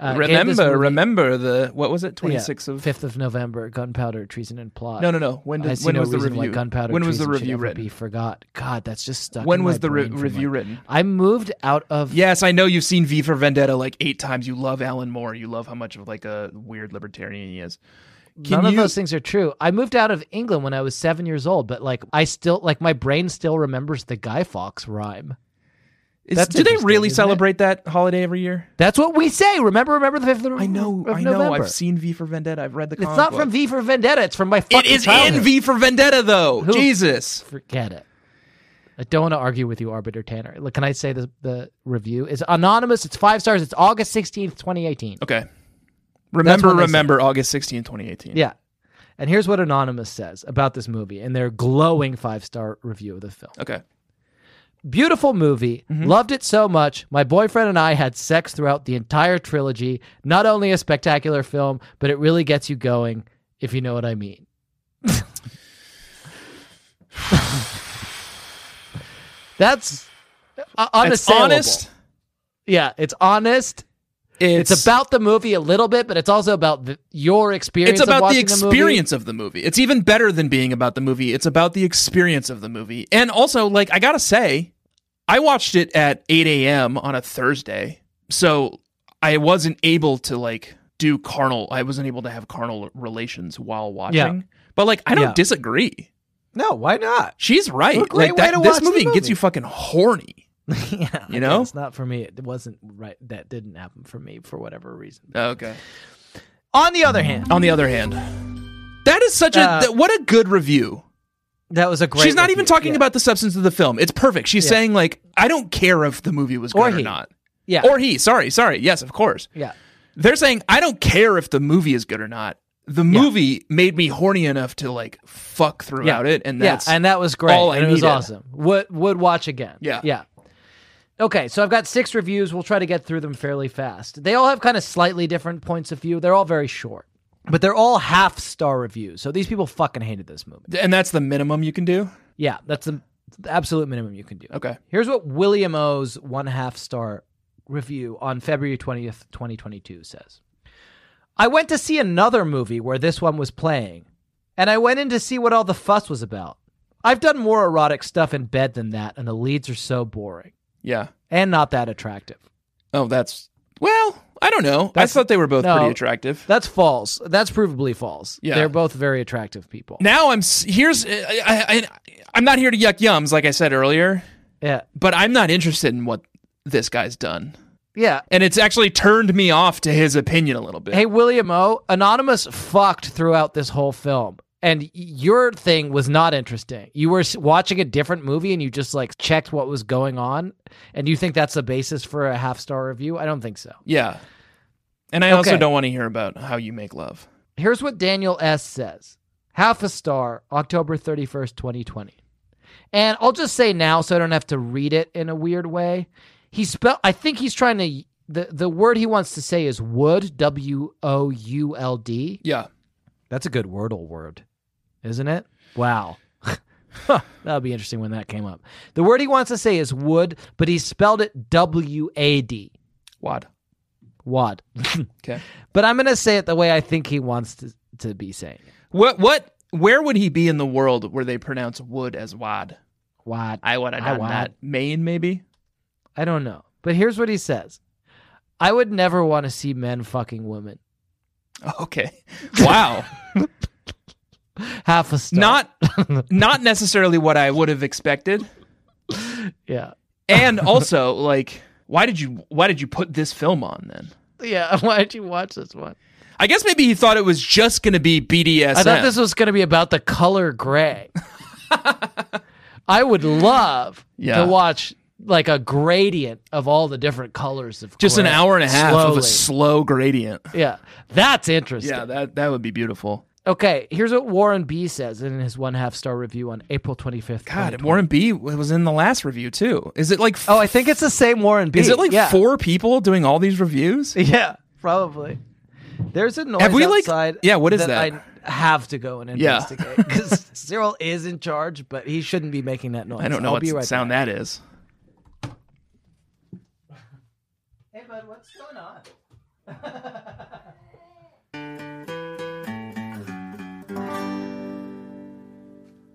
Uh, gave this
remember,
movie-
remember the what was it? Twenty
yeah,
sixth of
fifth of November, gunpowder, treason, and plot.
No, no, no. When
I
did,
see
when
no
was the
reason
review?
Why gunpowder,
when was the
treason should
review
ever
written?
Be forgot. God, that's just stuck.
When
in
was
my
the re-
brain from,
review
like-
written?
I moved out of.
Yes, I know you've seen V for Vendetta like eight times. You love Alan Moore. You love how much of like a weird libertarian he is. Can
None of
you-
those things are true. I moved out of England when I was seven years old, but like I still like my brain still remembers the Guy Fawkes rhyme.
Is-
That's
do they
interesting,
really
isn't it?
celebrate that holiday every year?
That's what we say. Remember, remember the fifth. Of,
I know,
of
I know.
November.
I've seen V for Vendetta. I've read the.
It's
comic
not
book.
from V for Vendetta. It's from my fucking
It is in
childhood.
V for Vendetta though.
Who-
Jesus.
Forget it. I don't want to argue with you, Arbiter Tanner. Look, can I say the the review? It's anonymous. It's five stars. It's August sixteenth, twenty eighteen.
Okay. Remember,
when they
remember August sixteenth, 2018.
Yeah. And here's what Anonymous says about this movie and their glowing five star review of the film.
Okay.
Beautiful movie. Loved it so much. My boyfriend and I had sex throughout the entire trilogy. Not only a spectacular film, but it really gets you going, if you know what I mean. That's uh,
It's
unassailable.
honest.
Yeah, it's honest. It's, about the movie a little bit, but it's also about the, your experience.
It's
of
about the
watching movie.
experience of the movie. It's even better than being about the movie. It's about the experience of the movie. And also, like, I gotta say, I watched it at 8 a.m. on a Thursday. So I wasn't able to like do carnal. I wasn't able to have carnal relations while watching. But like, I don't
Yeah.
disagree.
No, why not?
She's right.
Well, great
like
way
that,
to
this
watch the
movie, gets
movie.
you fucking horny.
yeah,
You know?
it's not for me. It wasn't right. That didn't happen for me for whatever reason.
Okay.
On the other hand,
On the other hand, that is such
Uh,
a th- what a good review.
that was a great.
She's not even
review.
talking
Yeah.
about the substance of the film. It's perfect. She's
Yeah.
saying like, I don't care if the movie was good
Or
or,
he.
not.
yeah,
Or he. Sorry, sorry. Yes, of course.
yeah,
They're saying I don't care if the movie is good or not. The movie made me horny enough to like fuck throughout it, and that's
yeah, and that was great.
all I
and it was
needed.
awesome. Would would watch again.
Yeah.
yeah. Okay, so I've got six reviews. We'll try to get through them fairly fast. They all have kind of slightly different points of view. They're all very short, but they're all half star reviews. So these people fucking hated this movie.
and that's the minimum you can do.
Yeah, that's the the absolute minimum you can do.
Okay.
Here's what William O's one half star review on February 20th, 2022 says I went to see another movie where this one was playing, and I went in to see what all the fuss was about. I've done more erotic stuff in bed than that, and the leads are so boring
Yeah.
and not that attractive.
Oh, that's well. I don't know.
That's-
I thought they were both
no.
pretty attractive.
That's false. That's provably false.
Yeah.
They're both very attractive people.
now I'm s- here's I, I, I I'm not here to yuck yums like I said earlier,
Yeah.
but I'm not interested in what this guy's done,
Yeah.
and it's actually turned me off to his opinion a little bit.
Hey, William O, Anonymous fucked throughout this whole film. And y- your thing was not interesting. You were s- watching a different movie and you just like checked what was going on. And you think that's the basis for a half star review? I don't think so.
yeah, and I also
Okay.
don't want to hear about how you make love.
Here's what Daniel S. says Half a star, October 31st, 2020. And I'll just say now so I don't have to read it in a weird way. He spell I think he's trying to the, the word he wants to say is would W O U L D.
Yeah,
That's a good Wordle word, isn't it? Wow. That'll be interesting when that came up. The word he wants to say is wood, but he spelled it W A D.
wad.
Wad.
Okay.
but I'm going to say it the way I think he wants to, to be saying it.
What what? Where would he be in the world where they pronounce wood as wad?
Wad.
I would have
I
done
wad.
that. Ah, Maine, maybe.
I don't know. But here's what he says I would never want to see men fucking women.
Okay. Wow.
Half a star.
not not necessarily what I would have expected.
Yeah.
and also like why did you why did you put this film on then
Yeah. Why did you watch this one?
i guess maybe he thought it was just gonna be bdsm
I thought this was going to be about the color gray. I would love
Yeah.
to watch like a gradient of all the different colors of
just an
gray.
hour and a half of
Slowly.
a slow gradient
yeah, that's interesting.
yeah that that would be beautiful
okay, here's what Warren B says in his one half star review on April 25th.
god
2020.
warren b was in the last review too is it like f-
Oh, I think it's the same Warren B.
is it like
yeah.
four people doing all these reviews
Yeah, probably. There's a noise
Have we, like-
outside.
Yeah, what is that?
I have to go and
Yeah.
investigate because Cyril is in charge, but he shouldn't be making that noise.
i don't know
I'll
what
be right
sound
back.
that is
Hey, bud, what's going on?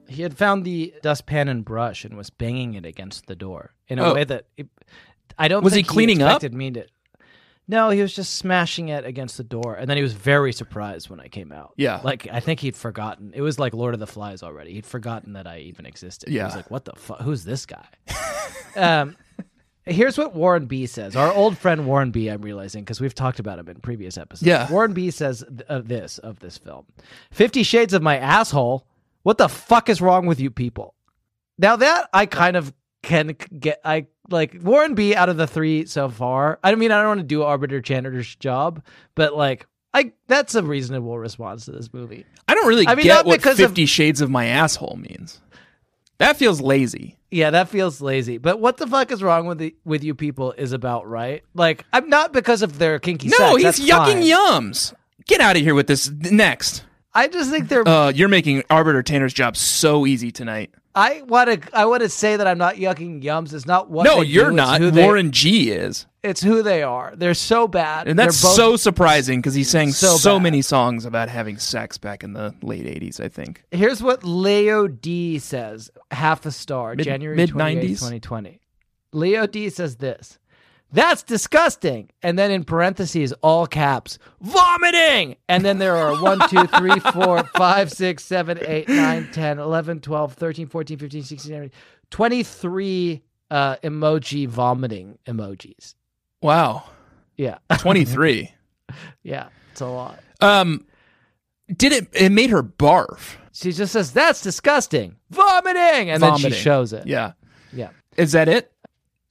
he had found the dustpan and brush and was banging it against the door in a
Oh.
way that it, I don't.
Was he
think
cleaning up?
expected Me to, no, he was just smashing it against the door, and then he was very surprised when I came out.
Yeah.
like I think he'd forgotten. It was like Lord of the Flies already. He'd forgotten that I even existed. he
Yeah.
was like, "What the fuck? Who's this guy?" um, Here's what Warren B says. Our old friend Warren B, I'm realizing, because we've talked about him in previous episodes.
Yeah.
Warren B says th- of this, of this film Fifty Shades of My Asshole. What the fuck is wrong with you people? Now that I kind of can c- get, I like Warren B out of the three so far. I mean, I don't want to do Arbiter Janitor's job, but like, I that's a reasonable response to this movie.
i don't really
I mean,
get
not
what
because of-
50 shades of my asshole means that feels lazy
Yeah, that feels lazy. But what the fuck is wrong with the, with you people is about right. Like, I'm not because of their kinky sex.
no
that's
he's yucking
fine.
yums get out of here with this next
I just think they're.
Uh, you're making Arbiter Tanner's job so easy tonight.
I want to. I want to say that I'm not yucking yums. It's not what.
no,
they do,
you're
it's
not.
Who they,
Warren G is,
It's who they are. They're so bad,
and that's
They're both-
so surprising because he sang
so
so,
bad.
many songs about having sex back in the late '80s. I think.
Here's what Leo D says, half a star,
Mid-
January
mid-
28th,
90s?
2020. Leo D says this That's disgusting. And then in parentheses, all caps, vomiting. And then there are 1, 2, 3, 4, 5, 6, 7, 8, 9, 10, 11, 12, 13, 14, 15, 16, 17, 23 uh, emoji vomiting emojis.
Wow.
Yeah.
23.
Yeah. It's a lot.
um, did it? It made her barf.
She just says, that's disgusting. Vomiting. And then she
Vomiting.
shows it.
Yeah.
Yeah.
Is that it?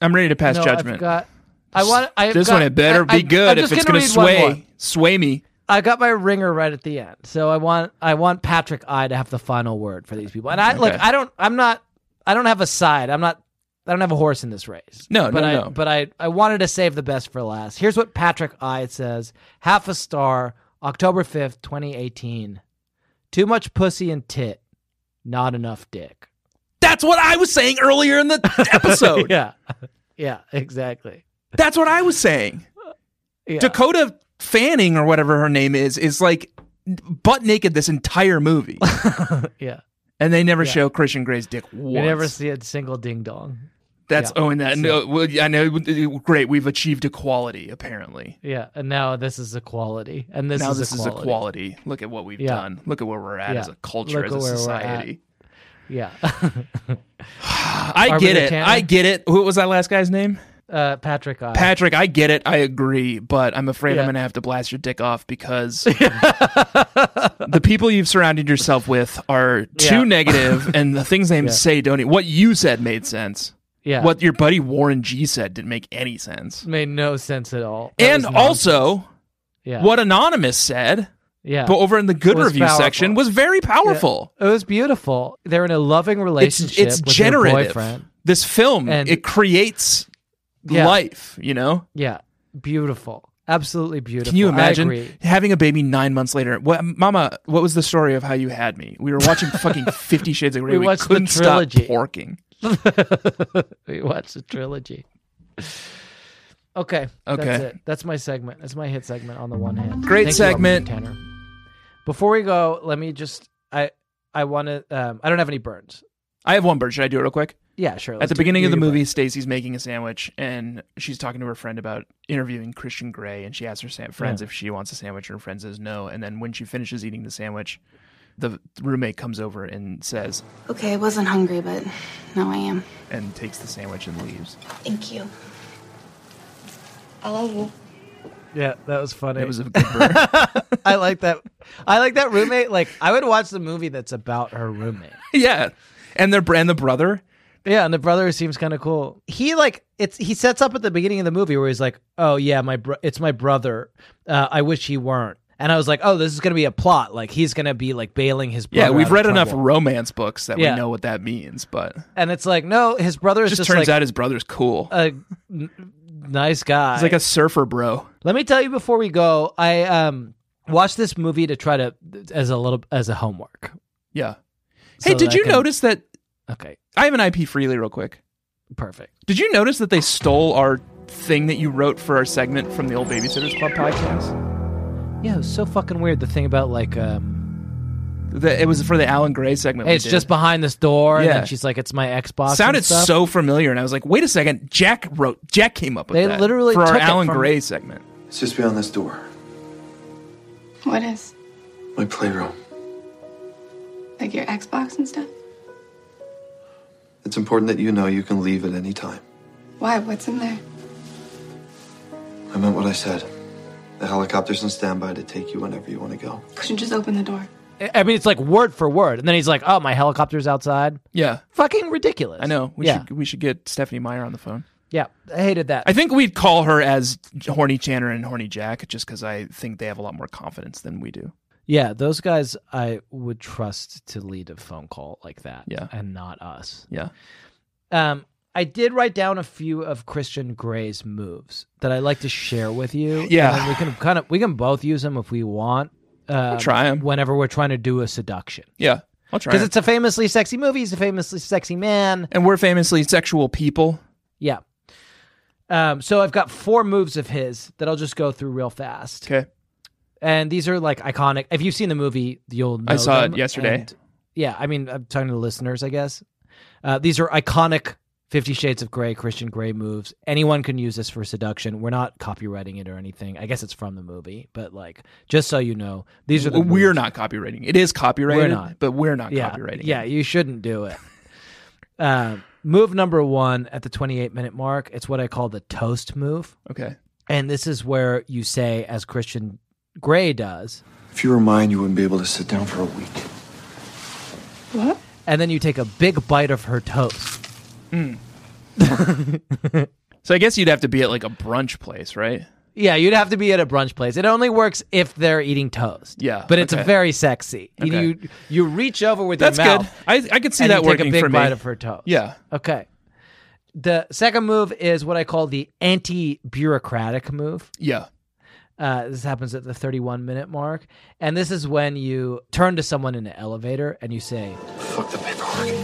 I'm ready to pass
No,
judgment.
I've got, I want, I've
this
got-
one had better
I-
be
I-
good
I'm
if
just
it's going to
read one more.
sway sway me.
I got my ringer right at the end, so I want I want Patrick I to have the final word for these people. And I
Okay.
look, I don't, I'm not, I don't have a side. I'm not, I don't have a horse in this race.
No,
but
no,
I,
no.
But I, I wanted to save the best for last. Here's what Patrick I says: half a star, October fifth, twenty eighteen. Too much pussy and tit, not enough dick.
That's what I was saying earlier in the episode.
Yeah, yeah, exactly.
That's what I was saying.
Yeah.
Dakota Fanning or whatever her name is is like butt naked this entire movie,
yeah,
and they never show Christian Gray's dick once.
we never see a single ding dong.
That's
yeah.
oh, and that no, well, I know. Great, we've achieved equality. Apparently,
Yeah, and now this is equality, and this
now
is
this
equality.
is equality. Look at what we've
Yeah.
done. Look at where we're at
Yeah.
as a culture,
Look
as
at
a
where we're at.
society.
Yeah.
I
Arbiter
get it.
Tanner?
I get it. What was that last guy's name?
uh, Patrick I.
Patrick, I get it. I agree, but I'm afraid
Yeah.
I'm going to have to blast your dick off because the people you've surrounded yourself with are too
Yeah.
negative and the things they say don't. e- What you said made sense.
yeah,
What your buddy Warren G said didn't make any sense.
made no sense at all. That
and
was nonsense.
also,
yeah,
what Anonymous said,
Yeah,
but over in the good
Was
review
powerful.
section, was very powerful.
it was beautiful. They're in a loving
It's
relationship.
it's
with her
generative.
boyfriend.
This film
And-
it creates
Yeah.
life. You know.
Yeah, beautiful, absolutely beautiful.
Can you
I
imagine
agree.
having a baby nine months later? What, Mama, what was the story of how you had me? We were watching fucking Fifty Shades of Grey.
We
We,
watched the
couldn't stop
trilogy.
porking.
we watched the trilogy? Okay, that's
Okay.
it. That's my segment. That's my hit segment on the one hand.
Great
Thank you,
segment.
Robert Tanner. Before we go, let me just I I want to um I don't have any burns.
I have one bird. Should I do it real quick?
Yeah, sure.
At
let's
the
do-
beginning
do
of the
your burn.
movie, Stacy's making a sandwich and she's talking to her friend about interviewing Christian Grey, and she asks her sa- friends
Yeah.
if she wants a sandwich, and her friend says no. And then when she finishes eating the sandwich, the roommate comes over and says,
Okay, I wasn't hungry, but now I am.
and takes the sandwich and leaves.
Thank you. I love you.
Yeah, that was funny.
It was a good bird.
I like that. I like that roommate. Like I would watch the movie that's about her roommate.
yeah. And their and the brother.
Yeah, and the brother seems kind of cool. He like it's he sets up at the beginning of the movie where he's like, "Oh yeah, my bro- it's my brother. Uh, I wish he weren't." And I was like, "Oh, this is gonna be a plot. Like he's gonna be like bailing his brother."
Yeah, we've
out of
read enough
trouble.
romance books that
Yeah.
we know what that means, but it
and it's like, no, his brother is
just,
just, like
turns out his brother's cool.
a n- nice guy.
He's like a surfer bro.
Let me tell you before we go. I um watched this movie to try to as a little as a homework.
Yeah.
So
hey, did
that
you
I can-
notice that
Okay,
I have an IP freely real quick?
perfect.
Did you notice that they stole our thing that you wrote for our segment from the old Babysitters Club podcast?
Yeah, it was so fucking weird. The thing about like, um,
The, it was for the Alan Gray segment.
hey,
we
it's
did.
just behind this door, and
Yeah.
then she's like, "It's my Xbox." and
sounded
stuff.
so familiar, and I was like, "Wait a second, Jack wrote. Jack came up with
They
that
literally
for our
took it
Alan
from-
Gray segment."
It's just beyond this door,
What is?
my playroom.
Like your Xbox and stuff?
It's important that you know you can leave at any time.
Why? What's in there?
I meant what I said. The helicopter's on standby to take you whenever you want to go.
Couldn't you just open the door?
I mean, it's like word for word, and then he's like, "Oh, my helicopter's outside."
Yeah,
Fucking ridiculous.
I know. We
yeah,
should we should get Stephanie Meyer on the phone.
yeah. I hated that.
I think we'd call her as Horny Channer and Horny Jack just because I think they have a lot more confidence than we do.
yeah, those guys I would trust to lead a phone call like that.
Yeah.
and not us.
Yeah.
Um, I did write down a few of Christian Gray's moves that I like to share with you.
Yeah.
and then we can kind of we can both use them if we want. Um,
try 'em.
whenever we're trying to do a seduction.
Yeah. I'll try.
Because
it.
it's a famously sexy movie. He's a famously sexy man.
and we're famously sexual people.
Yeah. Um, so I've got four moves of his that I'll just go through real fast.
Okay.
And these are like iconic. If you've seen the movie, you'll know.
I saw it
them.
yesterday.
And- yeah. I mean, I'm talking to the listeners, I guess. Uh, these are iconic Fifty Shades of Grey, Christian Grey moves. Anyone can use this for seduction. We're not copywriting it or anything. I guess it's from the movie, but like, just so you know, these are the
we're
moves.
not copywriting. It is copyrighted,
not.
but we're not
yeah,
copywriting.
Yeah,
it.
you shouldn't do it. um, move number one at the 28 minute mark. It's what I call the toast move.
Okay.
And this is where you say, as Christian Gray does,
If you were mine, you wouldn't be able to sit down for a week.
and then you take a big bite of her toast.
So I guess you'd have to be at like a brunch place, right?
Yeah, you'd have to be at a brunch place. It only works if they're eating toast.
Yeah,
but it's
okay.
very sexy. You-
Okay.
You you reach over with
That's
your
good.
mouth.
I I could see
and
that
you take
working
a big
for me.
bite of her toast.
yeah.
Okay. The second move is what I call the anti-bureaucratic move.
Yeah.
Uh, this happens at the 31 minute mark, and this is when you turn to someone in the elevator and you say,
Fuck the paperwork.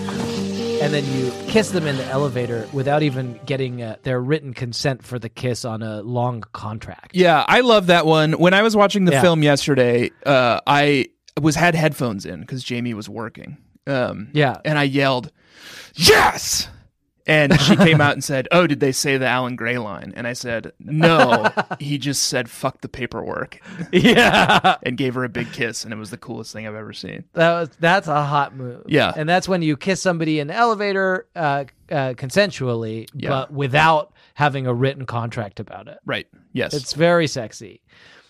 and then you kiss them in the elevator without even getting uh, their written consent for the kiss on a long contract.
Yeah, I love that one. When I was watching the
Yeah.
film yesterday, uh, I was had headphones in because Jamie was working. Um,
Yeah.
and I yelled, "Yes!" And she came out and said, "Oh, did they say the Alan Gray line?" And I said, "No, he just said fuck the paperwork,"
yeah.
and gave her a big kiss, and it was the coolest thing I've ever seen.
That was, that's a hot move.
Yeah.
And that's when you kiss somebody in the elevator uh, uh, consensually,
Yeah.
but without having a written contract about it.
Right? Yes.
It's very sexy.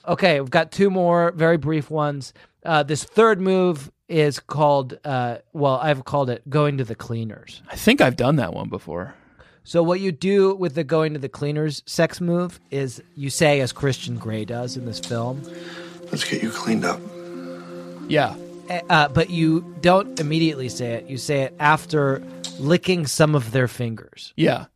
Okay, we've got two more very brief ones. Uh, this third move is called, uh, well, I've called it going to the cleaners.
I think I've done that one before.
So, what you do with the going to the cleaners sex move is you say, as Christian Grey does in this film,
Let's get you cleaned up.
Yeah.
uh, but you don't immediately say it. You say it after licking some of their fingers.
Yeah.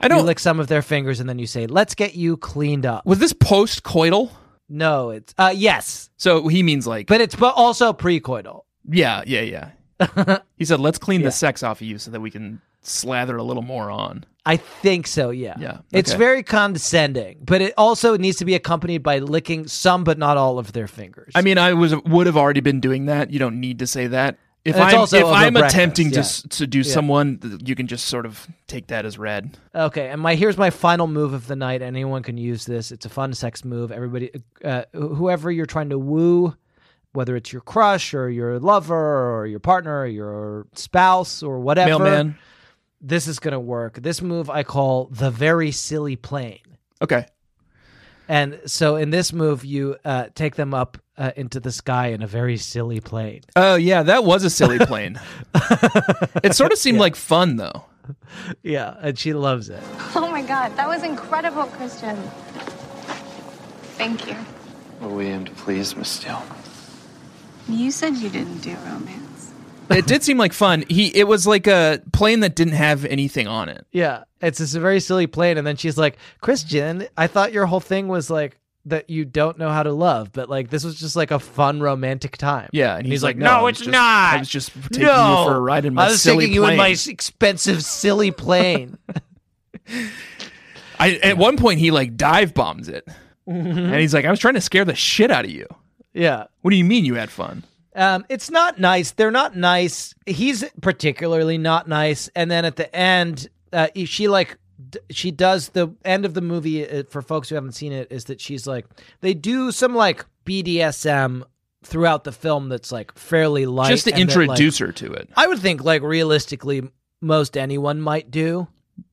I
You
don't.
lick some of their fingers and then you say, let's get you cleaned up.
was this post coital?
No, it's, uh, yes,
So he means like
but it's but also precoital.
Yeah, yeah, yeah. he said, "Let's clean the sex off of you so that we can slather a little more on."
I think so, yeah.
Yeah,
It's
okay.
very condescending, but it also needs to be accompanied by licking some but not all of their fingers.
I mean, I was would have already been doing that. You don't need to say that. If
It's
I'm
also
if
over
I'm
breakfast,
attempting
yeah.
to s- seduce someone, th- you can just sort of take that as read.
Okay, and my here's my final move of the night. Anyone can use this. It's a fun sex move. Everybody, uh, wh- whoever you're trying to woo, whether it's your crush or your lover or your partner or your spouse or whatever,
Mailman.
this is gonna work. This move I call the very silly plane.
Okay.
And so in this move, you uh, take them up uh, into the sky in a very silly plane.
Oh yeah, that was a silly plane. it sort of seemed like fun though.
Yeah, and she loves it.
Oh my god, that was incredible, Christian. Thank you.
Well, we aim to please, Miss Steele.
You said you didn't do romance.
It did seem like fun. He it was like a plane that didn't have anything on it.
Yeah, it's just a very silly plane. And then she's like, Christian, I thought your whole thing was like that you don't know how to love, but like this was just like a fun romantic time.
Yeah, and,
And he's like, "No,
I was
it's
just-
not."
I was just taking
No,
you for a ride in my
I was
silly
taking you in
plane."
my s- expensive silly plane.
I at one point he like dive bombs it,
Mm-hmm.
and he's like, "I was trying to scare the shit out of you."
yeah.
What do you mean you had fun?
Um, it's not nice. They're not nice. He's particularly not nice. And then at the end, uh, she like d- she does the end of the movie uh, for folks who haven't seen it is that she's like they do some like BDSM throughout the film that's like fairly light.
Just to
and that, like,
introduce her to it.
I would think like realistically most anyone might do,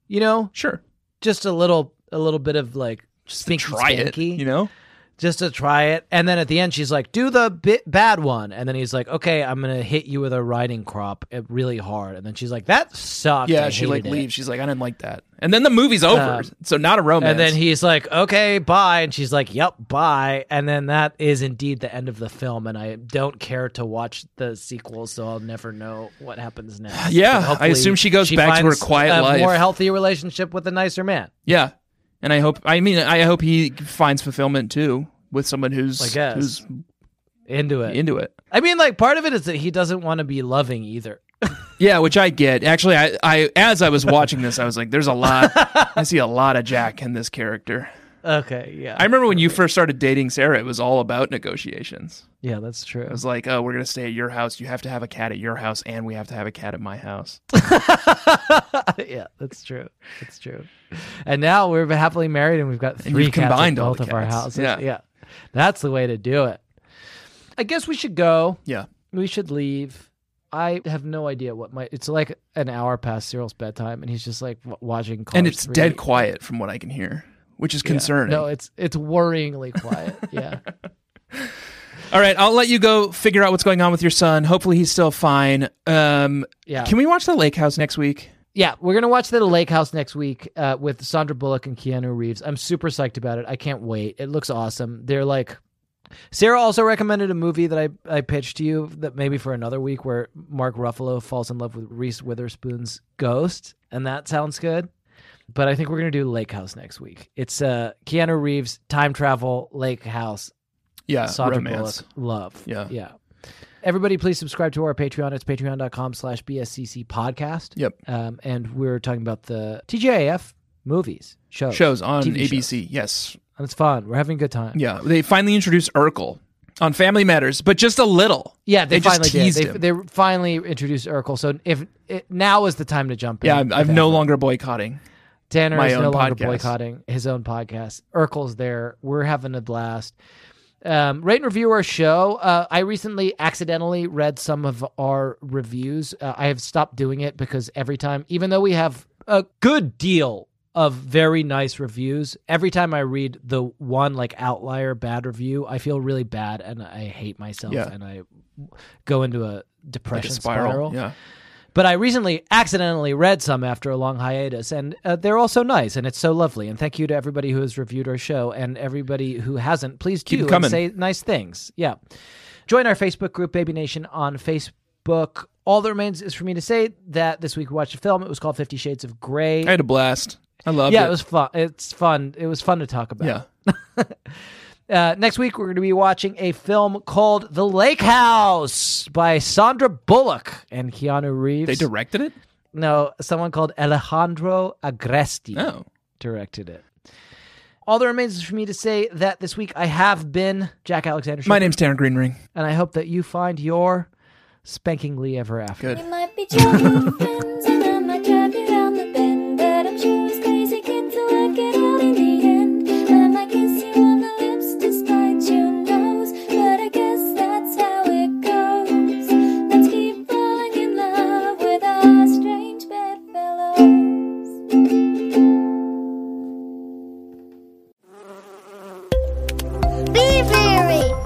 you know,
Sure,
just a little a little bit of like just
try it. You know,
just to try it. And then at the end, she's like, "Do the bit bad one." And then he's like, "Okay, I'm gonna hit you with a riding crop uh, really hard." And then she's like, "That sucked."
yeah.
I
She like
hated it." Um,
leaves. She's like, "I didn't like that." And then the movie's over. so not a romance.
And then he's like, "Okay, bye." And she's like, "Yep, bye." And then that is indeed the end of the film. And I don't care to watch the sequel, so I'll never know what happens next.
Yeah,
But
I
hopefully
assume she goes back to her
finds
quiet
a
life.
more healthy relationship with a nicer man.
yeah. And I hope. I mean, I hope he finds fulfillment too with someone
I
who's
guess.
who's
Into it.
into it.
I mean, like part of it is that he doesn't want to be loving either.
Yeah, which I get. Actually, I, I as I was watching this, I was like, "There's a lot. I see a lot of Jack in this character."
Okay, yeah.
I remember when you first started dating Sarah, it was all about negotiations.
yeah, that's true.
It was like, oh, we're going to stay at your house. You have to have a cat at your house, and we have to have a cat at my house.
yeah, that's true. That's true. And now we're happily married, and we've got
you've
three cats
combined
at
all
both
the
of our
cats.
houses.
Yeah.
that's the way to do it. I guess we should go.
Yeah.
We should leave. I have no idea what my. It's like an hour past Cyril's bedtime, and he's just like w- watching. Cars
and it's
3.
dead quiet from what I can hear, which is concerning.
No, it's it's worryingly quiet. Yeah.
All right, I'll let you go figure out what's going on with your son. Hopefully, he's still fine. Um,
Yeah.
Can we watch The Lake House next week?
Yeah, we're gonna watch the Lake House next week uh, with Sandra Bullock and Keanu Reeves. I'm super psyched about it. I can't wait. It looks awesome. They're like. Sarah also recommended a movie that I, I pitched to you that maybe for another week where Mark Ruffalo falls in love with Reese Witherspoon's ghost, and that sounds good. But I think we're gonna do Lake House next week. It's uh, Keanu Reeves time travel Lake House
Yeah.
Sandra
romance.
Bullock love.
Yeah.
Yeah. Everybody, please subscribe to our Patreon. It's patreon.com slash BSCC podcast.
Yep.
Um, and we're talking about the TGIF movies, shows.
Shows on
TV
ABC. Yes.
And it's fun. We're having a good time.
Yeah. They finally introduced Urkel on Family Matters, but just a little.
Yeah, they,
just
finally
teased
did.
him.
They, they finally introduced Urkel. So if it, now is the time to jump in.
yeah, I'm,
with
I'm no
Emma.
longer boycotting.
Tanner
my
is no
own
longer
podcast.
boycotting his own podcast. Urkel's there. We're having a blast. Um, rate and review our show. Uh, I recently accidentally read some of our reviews. Uh, I have stopped doing it because every time, even though we have a good deal of very nice reviews, every time I read the one like outlier bad review, I feel really bad and I hate myself
Yeah.
and I go into a
Like
depression
a spiral. Yeah.
but I recently accidentally read some after a long hiatus, and uh, they're all so nice, and it's so lovely. And thank you to everybody who has reviewed our show, and everybody who hasn't, please
Keep
do and
coming.
say nice things. Yeah, join our Facebook group, Baby Nation, on Facebook. All that remains is for me to say that this week we watched a film. It was called Fifty Shades of Grey.
I had a blast. I loved
yeah,
it.
it was fun. It's fun. It was fun to talk about.
yeah.
Uh, next week, we're going to be watching a film called The Lake House by Sandra Bullock and Keanu Reeves.
They directed it?
No, someone called Alejandro Agresti
No.
directed it. All that remains is for me to say that this week I have been Jack Alexander.
My
Shepard,
name's Tanner Greenring.
and I hope that you find your spankingly ever after.
Good.
We might be childhood friends, and I might drive you round the bend. But I'm sure it's crazy, kid, to work it out in the end. I might kiss you on the lips despite your nose. But I guess that's how it goes. Let's keep falling in love with our strange bedfellows.
Be very